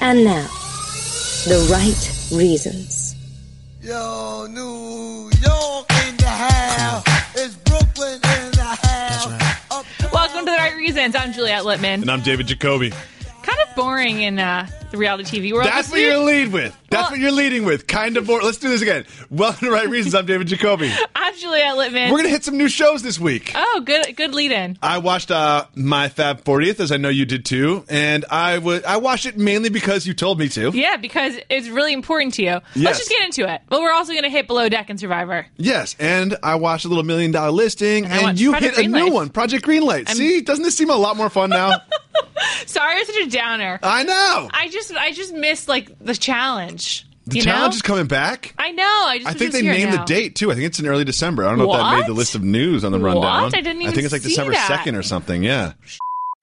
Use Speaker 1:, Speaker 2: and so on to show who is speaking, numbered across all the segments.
Speaker 1: And now, the right reasons.
Speaker 2: Yo, New York in the house. It's Brooklyn in the house.
Speaker 3: Welcome to the Right Reasons. I'm Juliette Littman.
Speaker 4: And I'm David Jacoby.
Speaker 3: Kind of boring in uh, the reality TV world.
Speaker 4: That's
Speaker 3: this
Speaker 4: what you're
Speaker 3: week.
Speaker 4: lead with. That's
Speaker 3: Well-
Speaker 4: what you're leading with. Kind of boring. Let's do this again. Welcome to Right Reasons. I'm David Jacoby.
Speaker 3: I'm Juliette Littman.
Speaker 4: We're gonna hit some new shows this week.
Speaker 3: oh, good, good lead-in.
Speaker 4: I watched uh, my Fab 40th, as I know you did too, and I would I watched it mainly because you told me to.
Speaker 3: Yeah, because it's really important to you. Let's
Speaker 4: Yes.
Speaker 3: just get into it. But we're also going to hit Below Deck and Survivor.
Speaker 4: Yes, and I watched a little Million Dollar Listing,
Speaker 3: I
Speaker 4: and,
Speaker 3: watched
Speaker 4: you
Speaker 3: Project
Speaker 4: hit a
Speaker 3: Greenlight.
Speaker 4: new one, Project Greenlight. See, doesn't this seem a lot more fun now?
Speaker 3: Sorry, I'm such a downer.
Speaker 4: I know.
Speaker 3: I just, I just missed like the challenge.
Speaker 4: the
Speaker 3: you
Speaker 4: challenge
Speaker 3: know?
Speaker 4: is coming back.
Speaker 3: I know. I just.
Speaker 4: I
Speaker 3: was
Speaker 4: think
Speaker 3: just
Speaker 4: they
Speaker 3: here
Speaker 4: named
Speaker 3: now.
Speaker 4: the date too. I think it's in early December. I don't know if that
Speaker 3: What?
Speaker 4: made the list of news on the rundown.
Speaker 3: I didn't even
Speaker 4: think it's like
Speaker 3: see
Speaker 4: December
Speaker 3: that.
Speaker 4: second or something. Yeah,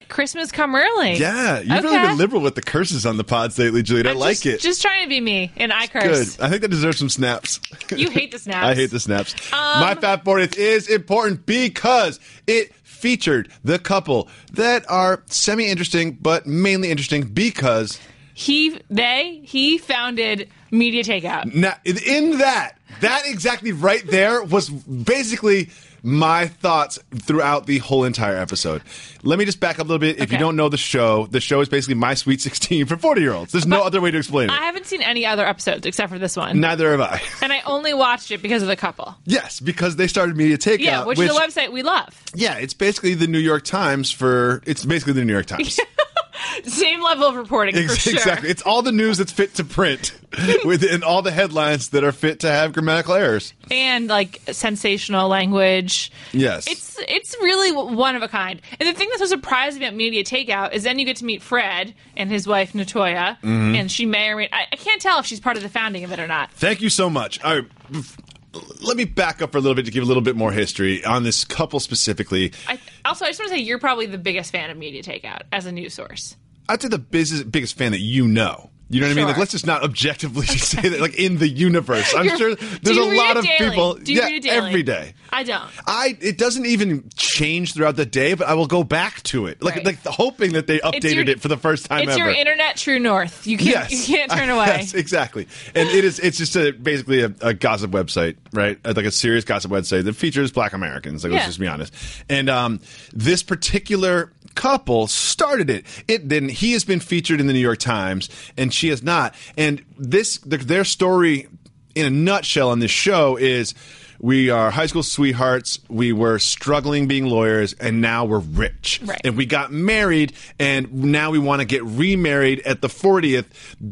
Speaker 3: Christmas come early.
Speaker 4: yeah. You've really
Speaker 3: Okay.
Speaker 4: been liberal with the curses on the pods lately, Juliet. I
Speaker 3: I'm
Speaker 4: like
Speaker 3: just-
Speaker 4: it.
Speaker 3: Just trying to be me, and I
Speaker 4: Good.
Speaker 3: curse.
Speaker 4: I think that deserves some snaps.
Speaker 3: You hate the snaps.
Speaker 4: I hate the snaps.
Speaker 3: Um,
Speaker 4: My Fat 40th is important because it featured the couple that are semi interesting, but mainly interesting because
Speaker 3: He, they, he founded Media Takeout.
Speaker 4: Now, in- in that, that exactly right there was basically my thoughts throughout the whole entire episode. Let me just back up a little bit. If
Speaker 3: Okay.
Speaker 4: you don't know the show, the show is basically my sweet 16 for 40 year olds. There's no other way to explain it.
Speaker 3: I haven't seen any other episodes except for this one.
Speaker 4: Neither have I.
Speaker 3: And I only watched it because of the couple.
Speaker 4: yes, because they started media takeout.
Speaker 3: Yeah, which, is a website we love.
Speaker 4: yeah, it's basically the New York Times for it's basically the New York Times.
Speaker 3: Same level of reporting
Speaker 4: Ex-
Speaker 3: for sure.
Speaker 4: Exactly. It's all the news that's fit to print within all the headlines that are fit to have grammatical errors.
Speaker 3: And like sensational language.
Speaker 4: Yes.
Speaker 3: It's it's really w- one of a kind. And the thing that's so surprising about Media Takeout is then you get to meet Fred and his wife Natoya,
Speaker 4: Mm-hmm.
Speaker 3: and she may or may I, I can't tell if she's part of the founding of it or not.
Speaker 4: Thank you so much. All right. bef- Let me back up for a little bit to give a little bit more history on this couple specifically.
Speaker 3: I, also, I just want to say you're probably the biggest fan of Media Takeout as a news source.
Speaker 4: I'd say the biggest, biggest fan that you know. You know what I mean?
Speaker 3: Sure.
Speaker 4: Like, let's just not objectively say that, like, in the universe. I'm
Speaker 3: You're-
Speaker 4: sure
Speaker 3: Do
Speaker 4: there's
Speaker 3: you
Speaker 4: a
Speaker 3: read
Speaker 4: lot
Speaker 3: it
Speaker 4: of
Speaker 3: daily?
Speaker 4: people.
Speaker 3: Do you
Speaker 4: yeah,
Speaker 3: read it daily?
Speaker 4: every day.
Speaker 3: I don't.
Speaker 4: I it doesn't even change throughout the day, but I will go back to it, like
Speaker 3: Right.
Speaker 4: like hoping that they updated
Speaker 3: your-
Speaker 4: it for the first time
Speaker 3: it's your
Speaker 4: ever.
Speaker 3: internet true north. You can't you can't turn away.
Speaker 4: Yes, exactly. And it is it's just a basically a, a gossip website, right? Uh, Like a serious gossip website that features black Americans. Like
Speaker 3: Yeah.
Speaker 4: let's just be honest. And um, this particular couple started it. It then he has been featured in the New York Times and she has not. And this their- their story in a nutshell on this show is we are high school sweethearts. We were struggling being lawyers, and now we're rich.
Speaker 3: Right.
Speaker 4: And we got married, and now we want to get remarried at the 40th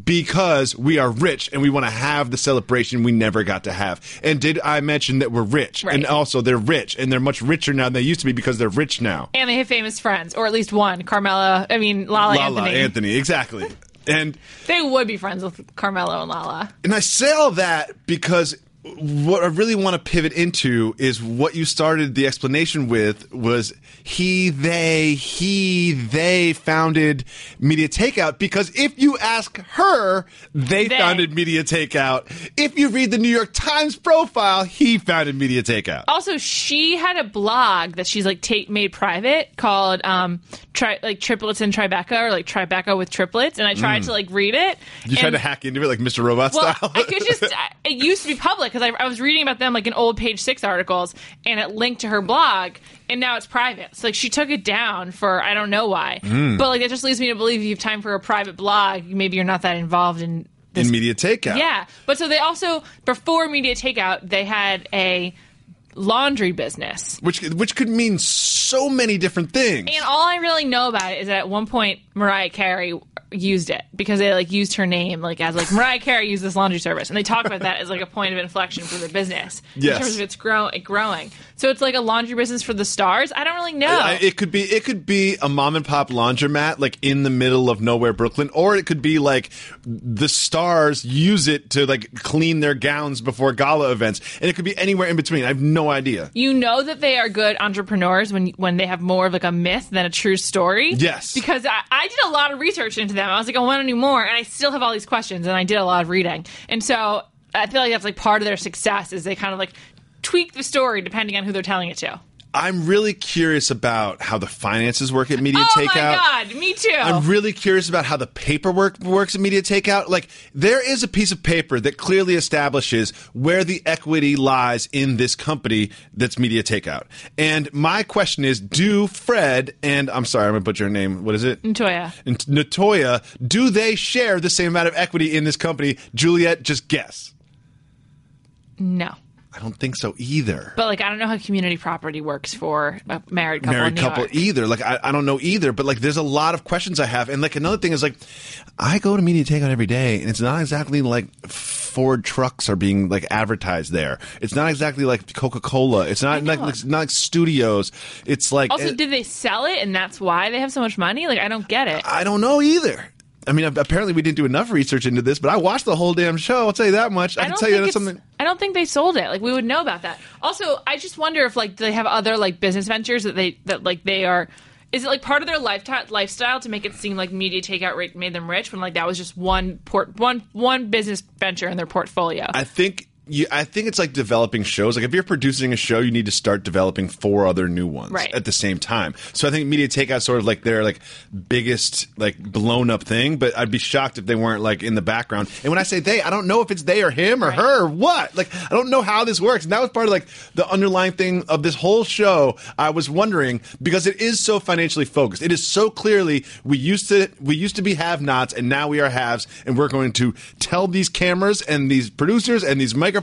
Speaker 4: because we are rich and we want to have the celebration we never got to have. And did I mention that we're rich?
Speaker 3: Right.
Speaker 4: And also, they're rich, and they're much richer now than they used to be because they're rich now.
Speaker 3: And they have famous friends, or at least one. Carmela, I mean Lala,
Speaker 4: Lala,
Speaker 3: Anthony.
Speaker 4: Anthony, exactly. and.
Speaker 3: They would be friends with Carmelo and Lala.
Speaker 4: And I say all that because what I really want to pivot into is what you started the explanation with was he, they, he, they founded Media Takeout because if you ask her, they,
Speaker 3: They.
Speaker 4: founded Media Takeout. If you read the New York Times profile, he founded Media Takeout.
Speaker 3: Also, she had a blog that she's like ta- made private called um tri- like triplets and Tribeca or like Tribeca with triplets, and I tried to like read it.
Speaker 4: Mm. you tried
Speaker 3: and-
Speaker 4: to hack into it like Mr. Robot
Speaker 3: Well,
Speaker 4: style.
Speaker 3: I could just. I, it used to be public because I, I was reading about them like in old Page Six articles, and it linked to her blog, and now it's private. So like she took it down for I don't know why, but like that just leads me to believe if you have time for a private blog, maybe you're not that involved in this.
Speaker 4: in Media Takeout.
Speaker 3: yeah, but so they also before Media Takeout, they had a laundry business.
Speaker 4: Which, which could mean so many different things.
Speaker 3: And all I really know about it is that at one point Mariah Carey used it because they like used her name like as like Mariah Carey used this laundry service, and they talk about that as like a point of inflection for the business
Speaker 4: Yes.
Speaker 3: in terms of its grow it growing. So it's like a laundry business for the stars. I don't really know.
Speaker 4: I- it could be it could be a mom and pop laundromat like in the middle of nowhere Brooklyn, or it could be like the stars use it to like clean their gowns before gala events, and it could be anywhere in between. I have no idea.
Speaker 3: you know that they are good entrepreneurs when when they have more of like a myth than a true story.
Speaker 4: Yes.
Speaker 3: Because I, I did a lot of research into them. I was like, I want to do more, and I still have all these questions, and I did a lot of reading, and so I feel like that's like part of their success is they kind of like tweak the story depending on who they're telling it to.
Speaker 4: I'm really curious about how the finances work at Media
Speaker 3: oh
Speaker 4: Takeout.
Speaker 3: my god, me too.
Speaker 4: I'm really curious about how the paperwork works at Media Takeout. Like, there is a piece of paper that clearly establishes where the equity lies in this company that's Media Takeout. And my question is do Fred and I'm sorry, I'm going to butcher her name. What is it?
Speaker 3: Ntoya.
Speaker 4: And Natoya, do they share the same amount of equity in this company? Juliet, just guess.
Speaker 3: no.
Speaker 4: I don't think so either.
Speaker 3: But like I don't know how community property works for a married couple. in
Speaker 4: married
Speaker 3: New
Speaker 4: couple E-
Speaker 3: York.
Speaker 4: either. Like I, I don't know either, but like there's a lot of questions I have. And like another thing is like I go to Media Takeout every day and it's not exactly like Ford trucks are being like advertised there. It's not exactly like Coca-Cola. It's not like it's not like studios. It's like
Speaker 3: Also,
Speaker 4: eh,
Speaker 3: did they sell it and that's why they have so much money? Like I don't get it.
Speaker 4: I don't know either. I mean, apparently we didn't do enough research into this, but I watched the whole damn show. I'll tell you that much. I,
Speaker 3: I
Speaker 4: can
Speaker 3: don't
Speaker 4: tell you
Speaker 3: think
Speaker 4: that's
Speaker 3: it's-
Speaker 4: something.
Speaker 3: I don't think they sold it. Like we would know about that. Also, I just wonder if like do they have other like business ventures that they that like they are. Is it like part of their lifetime lifestyle to make it seem like media takeout rate made them rich when like that was just one port one one business venture in their portfolio?
Speaker 4: I think you, I think it's like developing shows. Like if you're producing a show, you need to start developing four other new ones
Speaker 3: Right.
Speaker 4: at the same time. So I think Media Takeout sort of like their like biggest like blown up thing. But I'd be shocked if they weren't like in the background. And when I say they, I don't know if it's they or him or
Speaker 3: Right.
Speaker 4: her or what. Like I don't know how this works. And that was part of like the underlying thing of this whole show. I was wondering because it is so financially focused. It is so clearly we used to we used to be have nots and now we are haves and we're going to tell these cameras and these producers and these microphones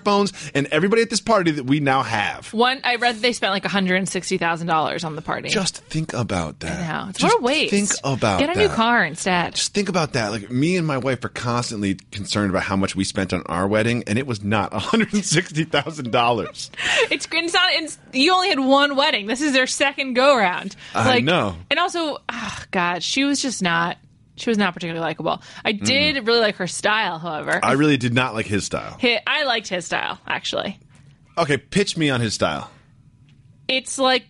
Speaker 4: and everybody at this party that we now have.
Speaker 3: one I read that they spent like one hundred and sixty thousand dollars on the party.
Speaker 4: Just think about that.
Speaker 3: now it's
Speaker 4: Just
Speaker 3: what a waste.
Speaker 4: Think about
Speaker 3: get a
Speaker 4: that.
Speaker 3: new car instead.
Speaker 4: Just think about that. Like me and my wife are constantly concerned about how much we spent on our wedding, and it was not one hundred and sixty thousand dollars.
Speaker 3: It's it's not. It's, you only had one wedding. This is their second go round.
Speaker 4: I know.
Speaker 3: And also, ah, God, she was just not. She was not particularly likable. I did really like her style, however.
Speaker 4: Mm. I really did not like his style.
Speaker 3: Hi- I liked his style actually.
Speaker 4: Okay, pitch me on his style.
Speaker 3: It's like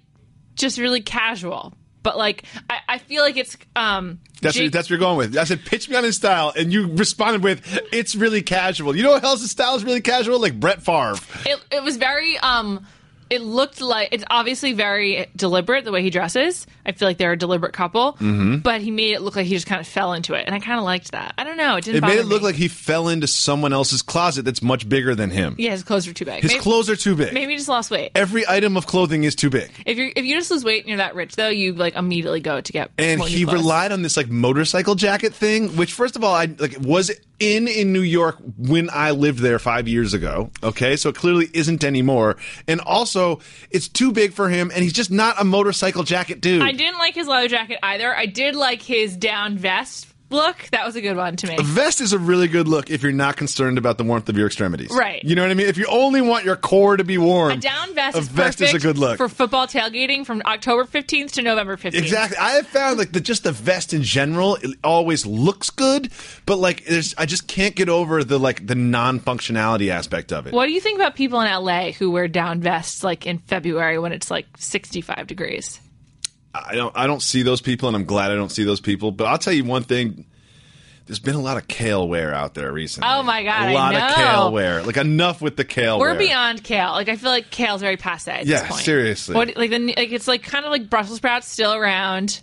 Speaker 3: just really casual, but like I, I feel like it's um.
Speaker 4: That's
Speaker 3: Jake-
Speaker 4: what, that's what you're going with. I said, pitch me on his style, and you responded with, "It's really casual." You know what else's style is really casual? Like Brett Favre.
Speaker 3: it, it was very um it looked like it's obviously very deliberate the way he dresses i feel like they're a deliberate couple
Speaker 4: Mm-hmm.
Speaker 3: but he made it look like he just kind of fell into it and i kind of liked that i don't know it didn't
Speaker 4: It made
Speaker 3: bother
Speaker 4: it look
Speaker 3: me.
Speaker 4: like he fell into someone else's closet that's much bigger than him.
Speaker 3: yeah his clothes were too big
Speaker 4: His
Speaker 3: maybe,
Speaker 4: clothes are too big.
Speaker 3: maybe he just lost weight
Speaker 4: Every item of clothing is too big.
Speaker 3: if you if you just lose weight and you're that rich though you like immediately go to get
Speaker 4: and
Speaker 3: more new
Speaker 4: he
Speaker 3: clothes.
Speaker 4: relied on this like motorcycle jacket thing which first of all i like was in in new york when i lived there five years ago okay so it clearly isn't anymore and also it's too big for him and he's just not a motorcycle jacket dude
Speaker 3: i didn't like his leather jacket either i did like his down vest look that was a good one to me
Speaker 4: Vest is a really good look if you're not concerned about the warmth of your extremities.
Speaker 3: Right.
Speaker 4: You know what I mean? If you only want your core to be warm,
Speaker 3: a down vest
Speaker 4: a
Speaker 3: is
Speaker 4: vest is a
Speaker 3: perfect
Speaker 4: good look.
Speaker 3: for football tailgating from october 15th to november 15th
Speaker 4: Exactly. I have found like the just the vest in general it always looks good, but like there's I just can't get over the like the non-functionality aspect of it.
Speaker 3: What do you think about people in LA who wear down vests like in February when it's like 65 degrees?
Speaker 4: I don't I don't see those people and I'm glad I don't see those people, but I'll tell you one thing there's been a lot of kale wear out there recently.
Speaker 3: Oh my God,
Speaker 4: A
Speaker 3: I
Speaker 4: lot of
Speaker 3: know.
Speaker 4: kale wear. Like enough with the kale
Speaker 3: We're
Speaker 4: wear.
Speaker 3: beyond kale. Like I feel like kale's very passe at
Speaker 4: Yeah,
Speaker 3: this point.
Speaker 4: seriously.
Speaker 3: What like the like it's like kind of like Brussels sprouts still around.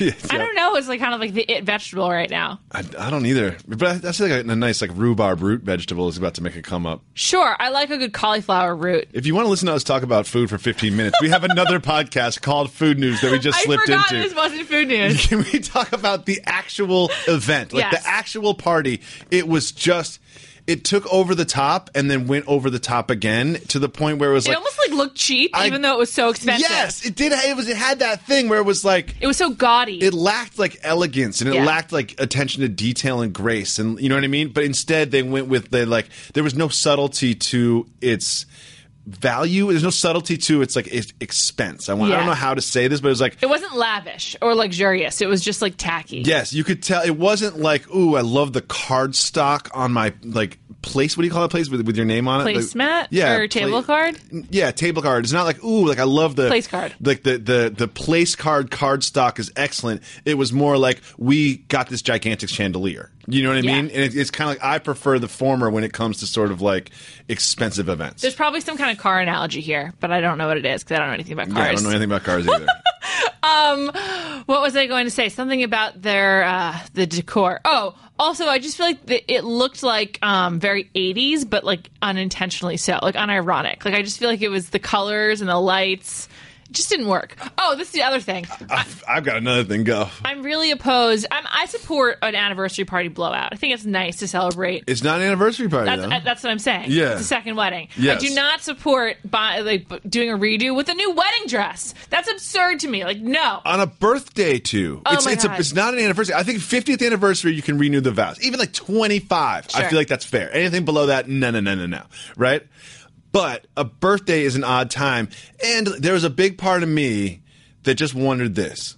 Speaker 3: I don't know. It's like kind of like the it vegetable right now.
Speaker 4: I, I don't either. But I, I feel like a, a nice like rhubarb root vegetable is about to make a come up.
Speaker 3: Sure, I like a good cauliflower root.
Speaker 4: If you want to listen to us talk about food for 15 minutes, we have another podcast called Food News that we just
Speaker 3: I
Speaker 4: slipped
Speaker 3: forgot
Speaker 4: into.
Speaker 3: this wasn't food news.
Speaker 4: Can we talk about the actual event, like
Speaker 3: Yes.
Speaker 4: the actual party? It was just. It took over the top and then went over the top again to the point where it was
Speaker 3: it
Speaker 4: like
Speaker 3: almost like looked cheap,
Speaker 4: I-
Speaker 3: even though it was so expensive.
Speaker 4: Yes, it did. It was. It had that thing where it was like
Speaker 3: it was so gaudy.
Speaker 4: it lacked like elegance and it
Speaker 3: Yeah.
Speaker 4: lacked like attention to detail and grace and you know what I mean. But instead, they went with the like there was no subtlety to its value. There's no subtlety to its like its expense. I want. I don't
Speaker 3: Yeah.
Speaker 4: know how to say this, but it was like
Speaker 3: it wasn't lavish or luxurious. It was just like tacky.
Speaker 4: Yes, you could tell it wasn't like, ooh, I love the card stock on my like place. What do you call that place with, with your name on it? Like-
Speaker 3: Placemat
Speaker 4: yeah,
Speaker 3: or table card?
Speaker 4: Yeah, table card. It's not like ooh, like I love the
Speaker 3: Place card.
Speaker 4: Like the the the place card card stock is excellent. It was more like we got this gigantic chandelier. You know what I
Speaker 3: Yeah.
Speaker 4: mean? And it, it's kind of like I prefer the former when it comes to sort of like expensive events.
Speaker 3: There's probably some kind of car analogy here, but I don't know what it is because I don't know anything about
Speaker 4: yeah, I
Speaker 3: cars.
Speaker 4: don't know anything about cars either.
Speaker 3: Um, what was I going to say? Something about their uh, the decor. Oh, also, I just feel like the, it looked like um, very 80s, but like unintentionally so, like unironic. Like I just feel like it was the colors and the lights. It just didn't work. Oh, this is the other thing.
Speaker 4: I've, I've got another thing. Go.
Speaker 3: I'm really opposed. I'm, I support an anniversary party blowout. I think it's nice to celebrate
Speaker 4: It's not an anniversary party.
Speaker 3: That's,
Speaker 4: though.
Speaker 3: uh, that's what I'm saying.
Speaker 4: Yeah.
Speaker 3: It's a second wedding.
Speaker 4: Yes.
Speaker 3: I do not support buy, like b- doing a redo with a new wedding dress. That's absurd to me. Like, no.
Speaker 4: on a birthday too. it's
Speaker 3: Oh my
Speaker 4: it's A,
Speaker 3: God.
Speaker 4: it's not an anniversary. I think 50th anniversary you can renew the vows. Even like 25. I
Speaker 3: Sure.
Speaker 4: feel like that's fair. Anything below that no no no no no, right? But a birthday is an odd time and there was a big part of me that just wondered this.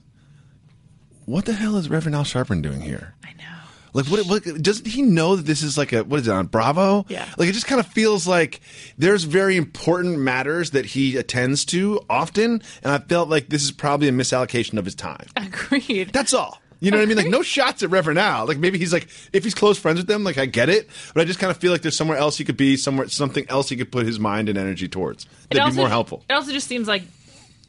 Speaker 4: What the hell is Reverend Al Sharpton doing here?
Speaker 3: I know.
Speaker 4: Like what, what? Doesn't he know that this is like a what is it on Bravo?
Speaker 3: Yeah.
Speaker 4: Like it just kind of feels like there's very important matters that he attends to often, and I felt like this is probably a misallocation of his time.
Speaker 3: Agreed.
Speaker 4: That's all. You know what I mean? Like no shots at Reverend Al. Like maybe he's like if he's close friends with them, like I get it, but I just kind of feel like there's somewhere else he could be, somewhere something else he could put his mind and energy towards
Speaker 3: It
Speaker 4: that'd
Speaker 3: also-
Speaker 4: be more helpful.
Speaker 3: It also just seems like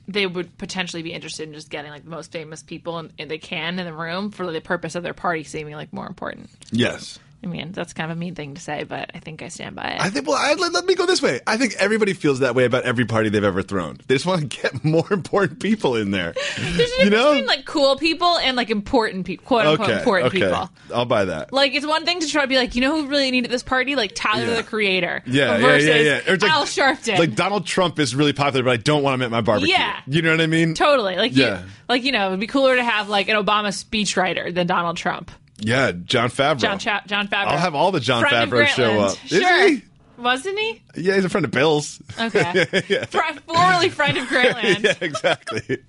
Speaker 3: they would potentially be interested in just getting like the most famous people in, in they can in the room for the purpose of their party seeming like more important.
Speaker 4: Yes.
Speaker 3: I mean, that's kind of a mean thing to say, but I think I stand by it.
Speaker 4: I think. Well, I, let, let me go this way. I think everybody feels that way about every party they've ever thrown. They just want to get more important people in there.
Speaker 3: There's a
Speaker 4: you
Speaker 3: difference
Speaker 4: know?
Speaker 3: between like cool people and like important people, quote unquote important people.
Speaker 4: I'll buy that.
Speaker 3: Like it's one thing to try to be like, you know who really needed this party? Like Tyler
Speaker 4: Yeah.
Speaker 3: the creator.
Speaker 4: yeah, yeah,
Speaker 3: versus
Speaker 4: yeah, yeah. Or it's
Speaker 3: Al Sharpton.
Speaker 4: Like Donald Trump is really popular, but I don't want him at my barbecue.
Speaker 3: Yeah.
Speaker 4: you know what I mean?
Speaker 3: totally. Like you-
Speaker 4: Yeah.
Speaker 3: like you know, it'd be cooler to have like an Obama speechwriter than Donald Trump.
Speaker 4: Yeah, John Favreau.
Speaker 3: John Cha- John Favreau.
Speaker 4: I'll have all the John
Speaker 3: Friend of
Speaker 4: Favreau show
Speaker 3: Grantland.
Speaker 4: up. Is
Speaker 3: Sure.
Speaker 4: he?
Speaker 3: Wasn't he?
Speaker 4: Yeah, he's a friend of Bill's.
Speaker 3: Okay. Fr- formerly friend of Grantland.
Speaker 4: yeah, exactly.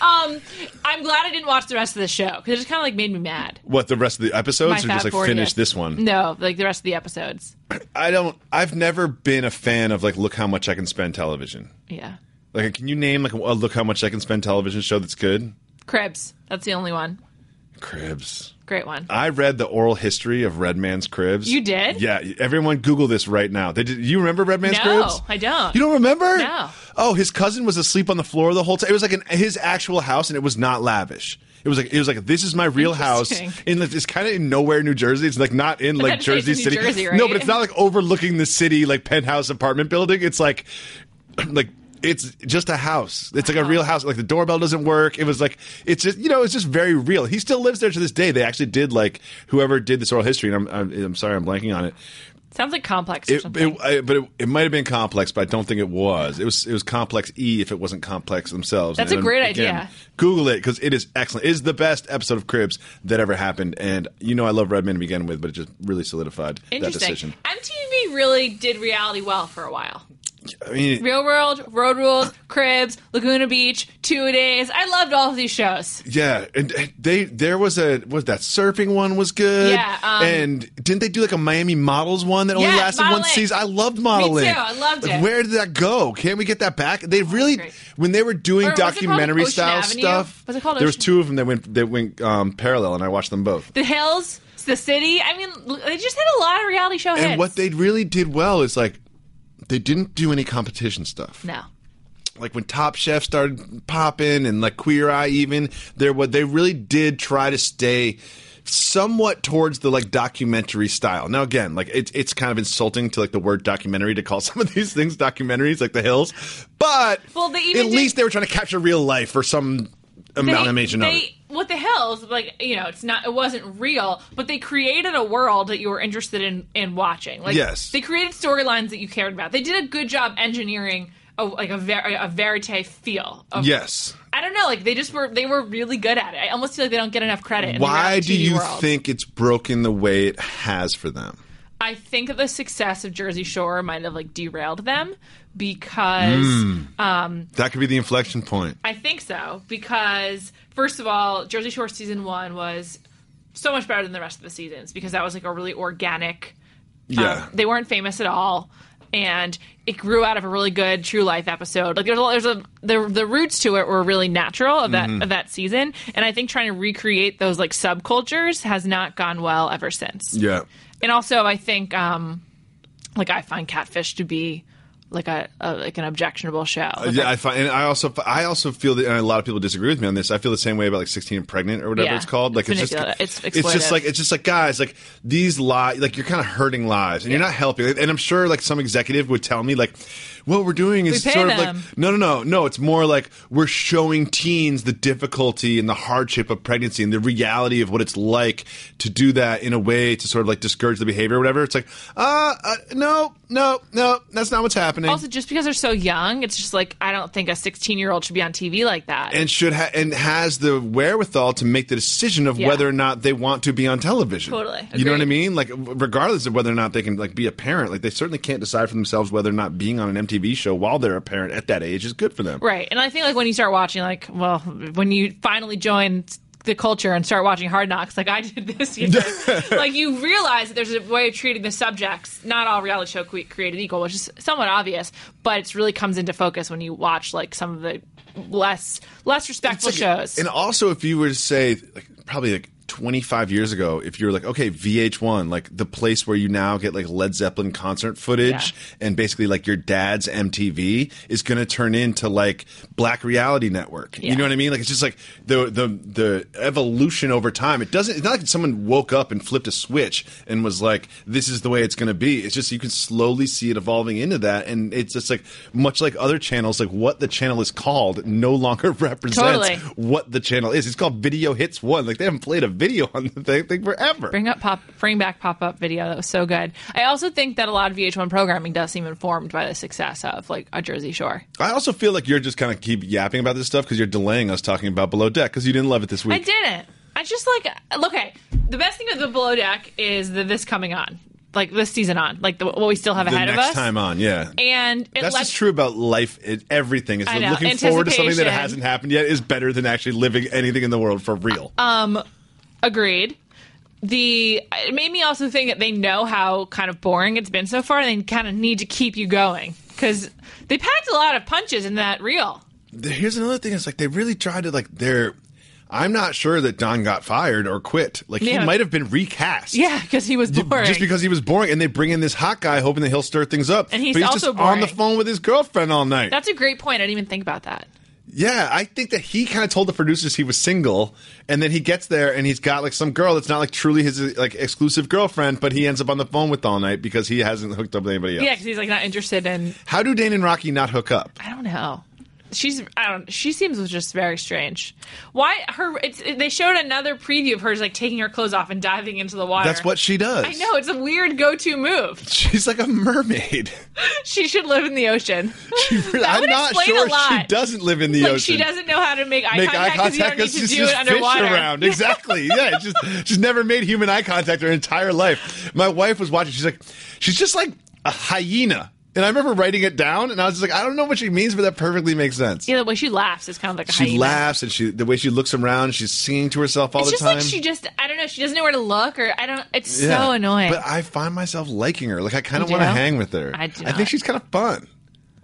Speaker 3: Um, I'm glad I didn't watch the rest of the show because it just kind of like made me mad.
Speaker 4: What the rest of the
Speaker 3: My
Speaker 4: episodes, or
Speaker 3: Fab
Speaker 4: just like
Speaker 3: 40th.
Speaker 4: finish this one?
Speaker 3: No, like the rest of the episodes.
Speaker 4: I don't. I've never been a fan of like look how much I can spend television.
Speaker 3: Yeah,
Speaker 4: Like, can you name like a look how much I can spend television show that's good?
Speaker 3: Cribs. That's the only one.
Speaker 4: Cribs.
Speaker 3: Great one.
Speaker 4: I read the oral history of Redman's Cribs.
Speaker 3: You did?
Speaker 4: Yeah. Everyone Google this right now. They did, you remember Redman's
Speaker 3: No,
Speaker 4: Cribs?
Speaker 3: I don't.
Speaker 4: You don't remember?
Speaker 3: No.
Speaker 4: Oh, his cousin was asleep on the floor the whole time. It was like an, his actual house, and it was not lavish. It was like it was like this is my real house
Speaker 3: Interesting.
Speaker 4: in like, it's kind of in nowhere, New Jersey. It's like not in like
Speaker 3: I'd say it's
Speaker 4: Jersey
Speaker 3: in New
Speaker 4: City.
Speaker 3: Jersey,
Speaker 4: No,
Speaker 3: right?
Speaker 4: but it's not like overlooking the city like penthouse apartment building. It's like like it's just a house. It's like a
Speaker 3: Uh-huh.
Speaker 4: real house. Like the doorbell doesn't work. It was like it's just you know it's just very real. He still lives there to this day. They actually did like whoever did this oral history. And I'm I'm, I'm sorry I'm blanking on it.
Speaker 3: Sounds like complex. Or
Speaker 4: It,
Speaker 3: something.
Speaker 4: it I, but it, it might have been complex, but I don't think it was. It was it was complex E if it wasn't complex themselves.
Speaker 3: That's
Speaker 4: And
Speaker 3: a great
Speaker 4: again,
Speaker 3: idea.
Speaker 4: Google it because it is excellent. It is the best episode of Cribs that ever happened, and you know I love Redman to begin with, but it just really solidified that
Speaker 3: Interesting.
Speaker 4: decision.
Speaker 3: MTV really did reality well for a while.
Speaker 4: I mean,
Speaker 3: Real World, Road Rules, Cribs, Laguna Beach, Two Days. I loved all of these shows.
Speaker 4: Yeah, and they there was a was that surfing one was good.
Speaker 3: Yeah, um,
Speaker 4: and didn't they do like a Miami models one that only
Speaker 3: Yes,
Speaker 4: lasted one
Speaker 3: modeling.
Speaker 4: season? I loved modeling.
Speaker 3: Me too, I loved
Speaker 4: Like,
Speaker 3: it.
Speaker 4: Where did that go? Can't we get that back? They really
Speaker 3: great.
Speaker 4: when they were doing
Speaker 3: Or was it called, like,
Speaker 4: documentary
Speaker 3: Ocean
Speaker 4: style
Speaker 3: Avenue?
Speaker 4: stuff.
Speaker 3: Was it called
Speaker 4: There was
Speaker 3: Ocean-
Speaker 4: two of them that went that went um, parallel, and I watched them both.
Speaker 3: The Hills, The City. I mean, l- they just had a lot of reality show hits.
Speaker 4: And what they really did well is like they didn't do any competition stuff.
Speaker 3: no.
Speaker 4: like when Top Chef started popping and like Queer Eye even there what they really did try to stay somewhat towards the like documentary style. Now again, like it's it's kind of insulting to like the word documentary to call some of these things documentaries like The Hills, but
Speaker 3: Well, they even
Speaker 4: at
Speaker 3: did-
Speaker 4: least they were trying to capture real life or some amalgamation
Speaker 3: they,
Speaker 4: of it.
Speaker 3: they- With The Hills, like you know, it's not it wasn't real, but they created a world that you were interested in in watching. Like
Speaker 4: Yes.
Speaker 3: they created storylines that you cared about. They did a good job engineering. A, like a, ver- a verite feel of
Speaker 4: Yes.
Speaker 3: I don't know. Like they just were, they were really good at it. I almost feel like they don't get enough credit. in the
Speaker 4: Why
Speaker 3: reality
Speaker 4: do you
Speaker 3: world.
Speaker 4: think it's broken the way it has for them?
Speaker 3: I think that the success of Jersey Shore might have like derailed them because
Speaker 4: Hmm. That could be the inflection point.
Speaker 3: I think so. Because first of all, Jersey Shore season one was so much better than the rest of the seasons because that was like a really organic
Speaker 4: Yeah.
Speaker 3: Um, they weren't famous at all, and it grew out of a really good True Life episode. Like there's a, lot- there's a the the roots to it were really natural of that of that season, and I think trying to recreate those like subcultures has not gone well ever since.
Speaker 4: Yeah.
Speaker 3: And also, I think um, like I find Catfish to be like a, a like an objectionable show. Like,
Speaker 4: Yeah, I find, and I also, I also feel that, and a lot of people disagree with me on this. I feel the same way about like sixteen and pregnant or whatever
Speaker 3: Yeah.
Speaker 4: it's called. Like
Speaker 3: It's
Speaker 4: it's, just,
Speaker 3: manipulative. It's
Speaker 4: just
Speaker 3: exploitive.
Speaker 4: like it's just like guys, like these lies, like you're kind of hurting lives, and you're not helping. And I'm sure like some executive would tell me like, what we're doing is
Speaker 3: We pay
Speaker 4: sort of
Speaker 3: them.
Speaker 4: like no, no, no, no. It's more like we're showing teens the difficulty and the hardship of pregnancy and the reality of what it's like to do that in a way to sort of like discourage the behavior or whatever. It's like, uh, uh no, no, no, that's not what's happening.
Speaker 3: also, just because they're so young, it's just like I don't think a 16 year old should be on TV like that.
Speaker 4: and should ha- and has the wherewithal to make the decision of
Speaker 3: Yeah.
Speaker 4: whether or not they want to be on television.
Speaker 3: Totally.
Speaker 4: you know what I
Speaker 3: Agreed.
Speaker 4: mean? Like, w- regardless of whether or not they can like be a parent, like they certainly can't decide for themselves whether or not being on an MTV show while they're a parent at that age is good for them.
Speaker 3: Right. And I think like when you start watching, like, well, when you finally join the culture and start watching Hard Knocks, like I did this year, like you realize that there's a way of treating the subjects. Not all reality show cre- created equal, which is somewhat obvious, but it's really comes into focus when you watch like some of the less less respectful
Speaker 4: It's like-
Speaker 3: shows.
Speaker 4: And also, if you were to say, like, probably like 25 years ago, if you were like, okay, VH1, like the place where you now get like Led Zeppelin concert footage and basically like your dad's MTV is going to turn into like Black Reality Network. You
Speaker 3: Yeah.
Speaker 4: know what I mean? Like it's just like the the the evolution over time. It doesn't. It's not like someone woke up and flipped a switch and was like, this is the way it's going to be. It's just you can slowly see it evolving into that, and it's just like much like other channels, like what the channel is called no longer represents
Speaker 3: Totally.
Speaker 4: what the channel is. It's called Video Hits One. Like they haven't played a video on the thing, thing forever.
Speaker 3: Bring up pop, bring back pop up video. That was so good. I also think that a lot of VH1 programming does seem informed by the success of like a Jersey Shore.
Speaker 4: I also feel like you're just kind of keep yapping about this stuff because you're delaying us talking about Below Deck because you didn't love it this
Speaker 3: I
Speaker 4: week.
Speaker 3: didn't. I just like okay. The best thing of the below deck is the this coming on, like this season on, like the, what we still have
Speaker 4: The
Speaker 3: ahead
Speaker 4: next
Speaker 3: of us.
Speaker 4: time on, yeah.
Speaker 3: And it
Speaker 4: That's
Speaker 3: lets
Speaker 4: just true about life. It, everything is
Speaker 3: I know.
Speaker 4: looking forward to something that
Speaker 3: Anticipation.
Speaker 4: hasn't happened yet is better than actually living anything in the world for real.
Speaker 3: Uh, um, agreed. The it made me also think that they know how kind of boring it's been so far, and they kind of need to keep you going because they packed a lot of punches in that reel.
Speaker 4: The- Here's another thing: is like they really tried to like they're. I'm not sure that Don got fired or quit. Like he
Speaker 3: Yeah.
Speaker 4: might have been recast.
Speaker 3: Yeah, because he was boring.
Speaker 4: Just because he was boring, and they bring in this hot guy hoping that he'll stir things up.
Speaker 3: And he's
Speaker 4: but he's
Speaker 3: also
Speaker 4: just on the
Speaker 3: boring.
Speaker 4: phone with his girlfriend all night.
Speaker 3: that's a great point. I didn't even think about that.
Speaker 4: yeah, I think that he kind of told the producers he was single, and then he gets there and he's got like some girl that's not like truly his like exclusive girlfriend, but he ends up on the phone with all night because he hasn't hooked up with anybody else.
Speaker 3: Yeah, because he's like not interested in.
Speaker 4: How do Dane and Rocky not hook up?
Speaker 3: I don't know. She's I don't. She seems just very strange. Why her? It's they showed another preview of her like taking her clothes off and diving into the water.
Speaker 4: That's what she does.
Speaker 3: I know. It's a weird go-to move.
Speaker 4: She's like a mermaid.
Speaker 3: She should live in the ocean.
Speaker 4: She really-
Speaker 3: That
Speaker 4: I'm
Speaker 3: would
Speaker 4: not
Speaker 3: explain a
Speaker 4: sure she
Speaker 3: lot.
Speaker 4: doesn't live in the
Speaker 3: like
Speaker 4: ocean.
Speaker 3: she doesn't know how to make eye
Speaker 4: make eye
Speaker 3: contact because you don't need
Speaker 4: contact
Speaker 3: to do it
Speaker 4: because she's just fish
Speaker 3: underwater.
Speaker 4: around. Exactly. Yeah, she's she's never made human eye contact her entire life. My wife was watching. She's like, she's just like a hyena. And I remember writing it down, and I was just like, I don't know what she means, but that perfectly makes sense.
Speaker 3: Yeah, the way she laughs is kind of like a
Speaker 4: She
Speaker 3: hyena.
Speaker 4: laughs, and she the way she looks around, she's singing to herself all
Speaker 3: It's
Speaker 4: the
Speaker 3: just
Speaker 4: time.
Speaker 3: like she just I don't know. She doesn't know where to look or I don't. It's
Speaker 4: Yeah.
Speaker 3: so annoying.
Speaker 4: But I find myself liking her. Like I kind of
Speaker 3: You
Speaker 4: want to
Speaker 3: do?
Speaker 4: hang with her.
Speaker 3: I do
Speaker 4: I think
Speaker 3: not.
Speaker 4: she's kind of fun.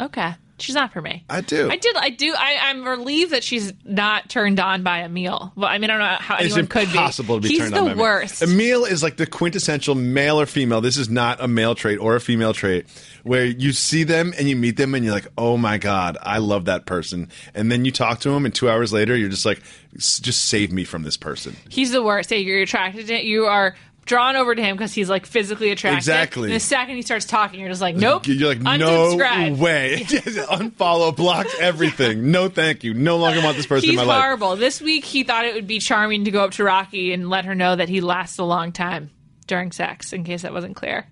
Speaker 3: okay, she's not for me.
Speaker 4: I do.
Speaker 3: I did. I do. I, I'm relieved that she's not turned on by Emil. Well, I mean, I don't know how
Speaker 4: It's
Speaker 3: anyone could be.
Speaker 4: impossible to be
Speaker 3: He's
Speaker 4: turned
Speaker 3: the
Speaker 4: on by Emil.
Speaker 3: worst.
Speaker 4: Emil is like the quintessential male or female. This is not a male trait or a female trait where you see them and you meet them and you're like, oh my god, I love that person. And then you talk to him and two hours later you're just like, "S- just save me from this person.
Speaker 3: He's the worst. Yeah, you're attracted to You are drawn over to him because he's like physically attractive.
Speaker 4: Exactly.
Speaker 3: And the second he starts talking, you're just like, nope.
Speaker 4: You're like, no
Speaker 3: Oh, unsubscribe.
Speaker 4: way. Just Unfollow, block everything. No, thank you. No longer want this person
Speaker 3: He's
Speaker 4: in my life.
Speaker 3: horrible. This week, he thought it would be charming to go up to Rocky and let her know that he lasts a long time during sex, in case that wasn't clear.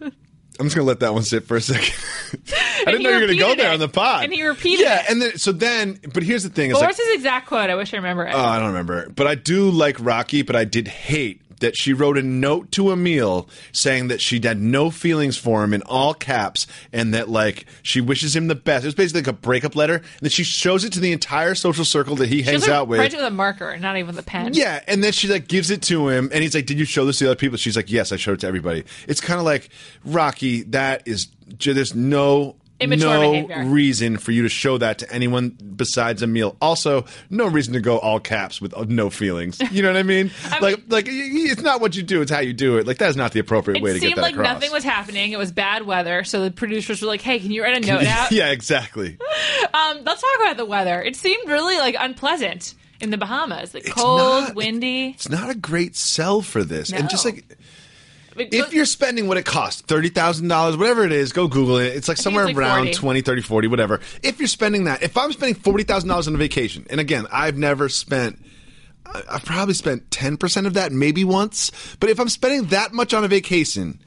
Speaker 4: I'm just gonna let that one sit for a second. I didn't
Speaker 3: he
Speaker 4: know you were gonna go
Speaker 3: repeated
Speaker 4: there
Speaker 3: it.
Speaker 4: on the pod.
Speaker 3: And he repeated
Speaker 4: Yeah,
Speaker 3: it.
Speaker 4: and then so then, but here's the thing: it's
Speaker 3: What
Speaker 4: like, Uh,
Speaker 3: was his exact quote? I wish I remember it.
Speaker 4: Oh, I don't remember. But I do like Rocky, but I did hate that she wrote a note to Emil saying that she had no feelings for him in all caps and that like she wishes him the best. It was basically like a breakup letter, and then she shows it to the entire social circle that he
Speaker 3: She
Speaker 4: hangs
Speaker 3: also
Speaker 4: out with.
Speaker 3: writes it with a marker, not even the pen.
Speaker 4: Yeah, and then she like gives it to him, and he's like, "Did you show this to the other people?" She's like, "Yes, I showed it to everybody." It's kind of like Rocky. That is, j- there's no
Speaker 3: Immature
Speaker 4: no
Speaker 3: behavior.
Speaker 4: reason for you to show that to anyone besides Emil. Also, no reason to go all caps with uh, no feelings. You know what I mean? like, like y- y- it's not what you do; it's how you do it. Like that's not the appropriate way to
Speaker 3: It
Speaker 4: get
Speaker 3: seemed
Speaker 4: that
Speaker 3: like
Speaker 4: across.
Speaker 3: nothing was happening. It was bad weather, so the producers were like, "Hey, can you write a note out?"
Speaker 4: yeah, exactly.
Speaker 3: Um, let's talk about the weather. It seemed really like unpleasant in the Bahamas, like cold,
Speaker 4: not- it-
Speaker 3: windy.
Speaker 4: It's not a great sell for this, and just
Speaker 3: No.
Speaker 4: like.
Speaker 3: It
Speaker 4: if
Speaker 3: go-
Speaker 4: you're spending what it costs $30000 whatever it is go google it it's like somewhere
Speaker 3: like
Speaker 4: around
Speaker 3: 40.
Speaker 4: 20 30 40 whatever if you're spending that if i'm spending $40000 on a vacation and again i've never spent I- i've probably spent 10% of that maybe once but if i'm spending that much on a vacation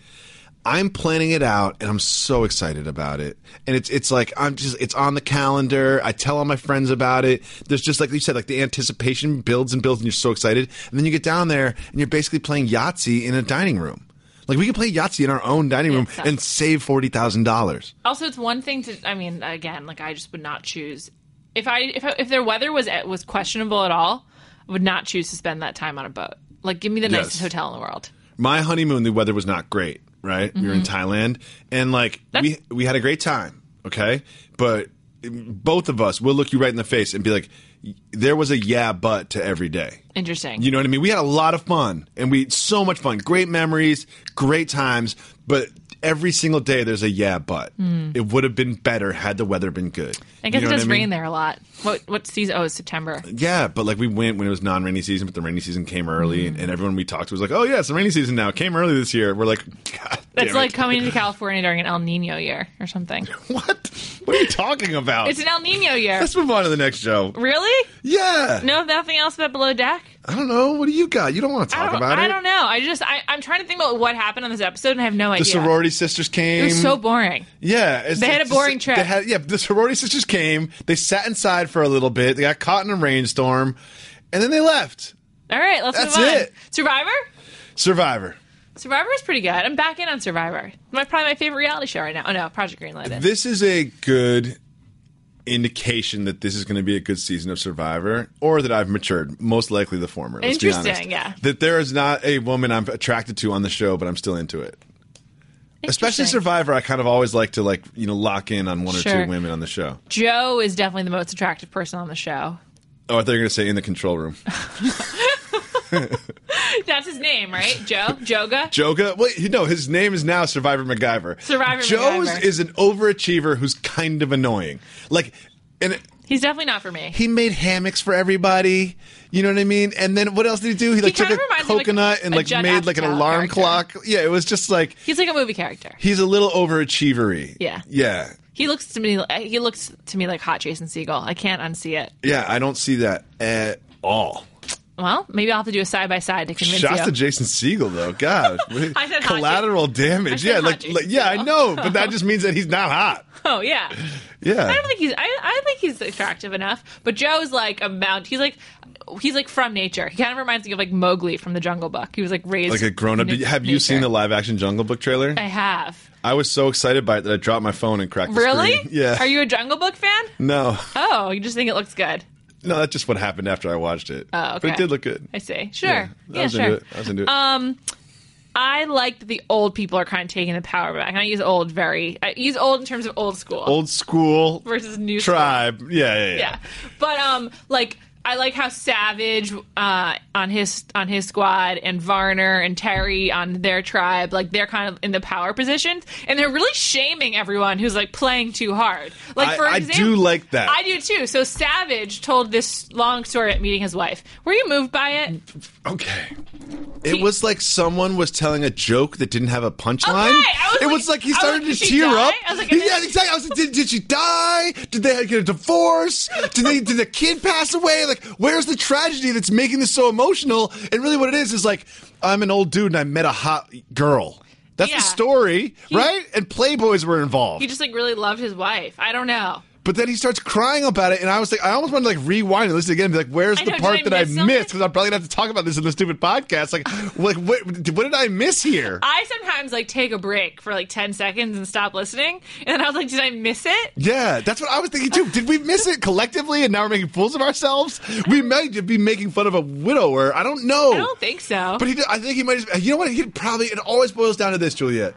Speaker 4: I'm planning it out and I'm so excited about it. And it's it's like I'm just it's on the calendar. I tell all my friends about it. There's just like you said, like the anticipation builds and builds and you're so excited. And then you get down there and you're basically playing Yahtzee in a dining room. Like we can play Yahtzee in our own dining room
Speaker 3: Yeah.
Speaker 4: and save forty thousand dollars.
Speaker 3: also, it's one thing to. I mean, again, like I just would not choose if I if if their weather was eh, was questionable at all, I would not choose to spend that time on a boat. Like, give me the
Speaker 4: Yes.
Speaker 3: nicest hotel in the world.
Speaker 4: my honeymoon the weather was not great right we were in thailand and like we
Speaker 3: That's-
Speaker 4: we had a great time okay but both of us will look you right in the face and be like there was a yeah but to every day
Speaker 3: Interesting.
Speaker 4: you know what i mean we had a lot of fun and we so much fun great memories great times but every single day there's a yeah but it would have been better had the weather been good
Speaker 3: Hmm. I guess
Speaker 4: You know
Speaker 3: it
Speaker 4: what
Speaker 3: does
Speaker 4: mean?
Speaker 3: rain there a lot. What what season? Oh, it's September.
Speaker 4: Yeah, but like we went when it was non rainy season, but the rainy season came early,
Speaker 3: Hmm.
Speaker 4: and, and everyone we talked to was like, "Oh yeah, it's the rainy season now. It came early this year." We're like, "God, damn
Speaker 3: That's
Speaker 4: it."
Speaker 3: like coming to California during an El Nino year or something.
Speaker 4: what? What are you talking about?
Speaker 3: It's an El Nino year.
Speaker 4: Let's move on to the next show.
Speaker 3: Really?
Speaker 4: Yeah,
Speaker 3: No, nothing else but below deck.
Speaker 4: I don't know. What do you got? You don't want to
Speaker 3: I
Speaker 4: talk
Speaker 3: don't.
Speaker 4: about
Speaker 3: I
Speaker 4: it.
Speaker 3: don't know. I just. I, I'm trying to think about what happened on this episode, and I have no
Speaker 4: The
Speaker 3: idea.
Speaker 4: sorority sisters came.
Speaker 3: It was so boring.
Speaker 4: Yeah, it's-
Speaker 3: They had a
Speaker 4: it's-
Speaker 3: boring trip.
Speaker 4: they had- yeah, the sorority sisters came. They sat inside for a little bit. They got caught in a rainstorm, and then they left.
Speaker 3: All right, let's
Speaker 4: That's
Speaker 3: move on.
Speaker 4: it.
Speaker 3: Survivor.
Speaker 4: Survivor.
Speaker 3: Survivor is pretty good. I'm back in on Survivor. My probably my favorite reality show right now. Oh no, Project Greenlight. is.
Speaker 4: This is a good indication that this is going to be a good season of Survivor, or that I've matured. Most likely the former. Let's Be
Speaker 3: Interesting,
Speaker 4: honest.
Speaker 3: yeah.
Speaker 4: That there is not a woman I'm attracted to on the show, but I'm still into it. Especially
Speaker 3: Interesting.
Speaker 4: Survivor, I kind of always like to like you know lock in on one or
Speaker 3: Sure.
Speaker 4: two women on the show.
Speaker 3: Joe is definitely the most attractive person on the show.
Speaker 4: Oh, I thought you were going to say in the control room.
Speaker 3: That's his name, right? Joe. Joga.
Speaker 4: Joga. Wait, you know his name is now Survivor MacGyver.
Speaker 3: Survivor
Speaker 4: Joe is-
Speaker 3: MacGyver.
Speaker 4: is an overachiever who's kind of annoying. Like, and
Speaker 3: He's definitely not for me.
Speaker 4: he made hammocks for everybody. You know what I mean? And then what else did he do? He like
Speaker 3: kind
Speaker 4: took
Speaker 3: of
Speaker 4: a
Speaker 3: reminds me of, like,
Speaker 4: coconut and
Speaker 3: a
Speaker 4: like
Speaker 3: Judd
Speaker 4: made like an
Speaker 3: Apatow
Speaker 4: alarm
Speaker 3: character.
Speaker 4: clock. Yeah, it was just like
Speaker 3: He's like a movie character.
Speaker 4: he's a little overachievery.
Speaker 3: Yeah.
Speaker 4: yeah,
Speaker 3: He looks to me. uh, He looks to me like hot Jason Segel. I can't unsee it.
Speaker 4: yeah. I don't see that at all.
Speaker 3: Well, maybe I'll have to do a side by side to convince
Speaker 4: Shots
Speaker 3: you.
Speaker 4: to Jason Siegel though. God, What-
Speaker 3: I said hot
Speaker 4: collateral
Speaker 3: I
Speaker 4: damage.
Speaker 3: said
Speaker 4: Yeah,
Speaker 3: hot
Speaker 4: like,
Speaker 3: Jason
Speaker 4: like yeah, I
Speaker 3: Segel.
Speaker 4: know, but that just means that he's not hot.
Speaker 3: oh yeah.
Speaker 4: Yeah,
Speaker 3: I don't think he's. I, I think he's attractive enough. But Joe's like a mount. He's like. He's like from nature. He kind of reminds me of like Mowgli from the Jungle Book. He was like raised
Speaker 4: like a grown up.
Speaker 3: in
Speaker 4: Have you seen the
Speaker 3: nature.
Speaker 4: live action Jungle Book trailer?
Speaker 3: I have.
Speaker 4: I was so excited by it that I dropped my phone and cracked. the
Speaker 3: Really?
Speaker 4: screen. Yeah.
Speaker 3: Are you a Jungle Book fan?
Speaker 4: No.
Speaker 3: Oh, you just think it looks good.
Speaker 4: No, that's just what happened after I watched it.
Speaker 3: Oh,
Speaker 4: But it
Speaker 3: okay.
Speaker 4: did look good.
Speaker 3: I see. Sure. Yeah,
Speaker 4: I was
Speaker 3: sure. Um,
Speaker 4: into it. I was into it.
Speaker 3: I like that the old people are kind of taking the power back. And I use old very. I use old in terms of old school.
Speaker 4: Old school
Speaker 3: versus new school.
Speaker 4: tribe. Yeah, yeah, yeah.
Speaker 3: yeah. But um, like I like how Savage uh, on his on his squad and Varner and Terry on their tribe, like they're kind of in the power positions, and they're really shaming everyone who's like playing too hard. Like
Speaker 4: I-
Speaker 3: for
Speaker 4: I
Speaker 3: example,
Speaker 4: do like that.
Speaker 3: I do too. So Savage told this long story at meeting his wife. Were you moved by it?
Speaker 4: Okay. It was like someone was telling a joke that didn't have a punchline.
Speaker 3: I was
Speaker 4: it
Speaker 3: like-
Speaker 4: was like
Speaker 3: I
Speaker 4: he
Speaker 3: was
Speaker 4: started
Speaker 3: like, did
Speaker 4: to
Speaker 3: she
Speaker 4: tear
Speaker 3: die?
Speaker 4: up.
Speaker 3: I was like,
Speaker 4: yeah,
Speaker 3: and then-
Speaker 4: exactly. I was like, did, did she die? Did they get a divorce? Did they did the kid pass away? Like, where's the tragedy that's making this so emotional? And really, what it is is like, I'm an old dude and I met a hot girl. That's
Speaker 3: Yeah.
Speaker 4: the story, right? And Playboys were involved.
Speaker 3: He just like really loved his wife. I don't know.
Speaker 4: But then he starts crying about it, and I was like, I almost wanted to like rewind and listen again. And be like, where's
Speaker 3: I
Speaker 4: the
Speaker 3: know, did
Speaker 4: part
Speaker 3: I
Speaker 4: that I
Speaker 3: miss something?
Speaker 4: missed? Because I'm probably gonna have to talk about this in the stupid podcast. Like, like what, what did I miss here?
Speaker 3: I sometimes like take a break for like ten seconds and stop listening, and then I was like, "Did I miss it?"
Speaker 4: Yeah, that's what I was thinking too. Did we miss it collectively, and now we're making fools of ourselves? We might be making fun of a widower. I don't know.
Speaker 3: I don't think so.
Speaker 4: But he, did- I think he might. Just, you know what? He probably. It always boils down to this, Juliet.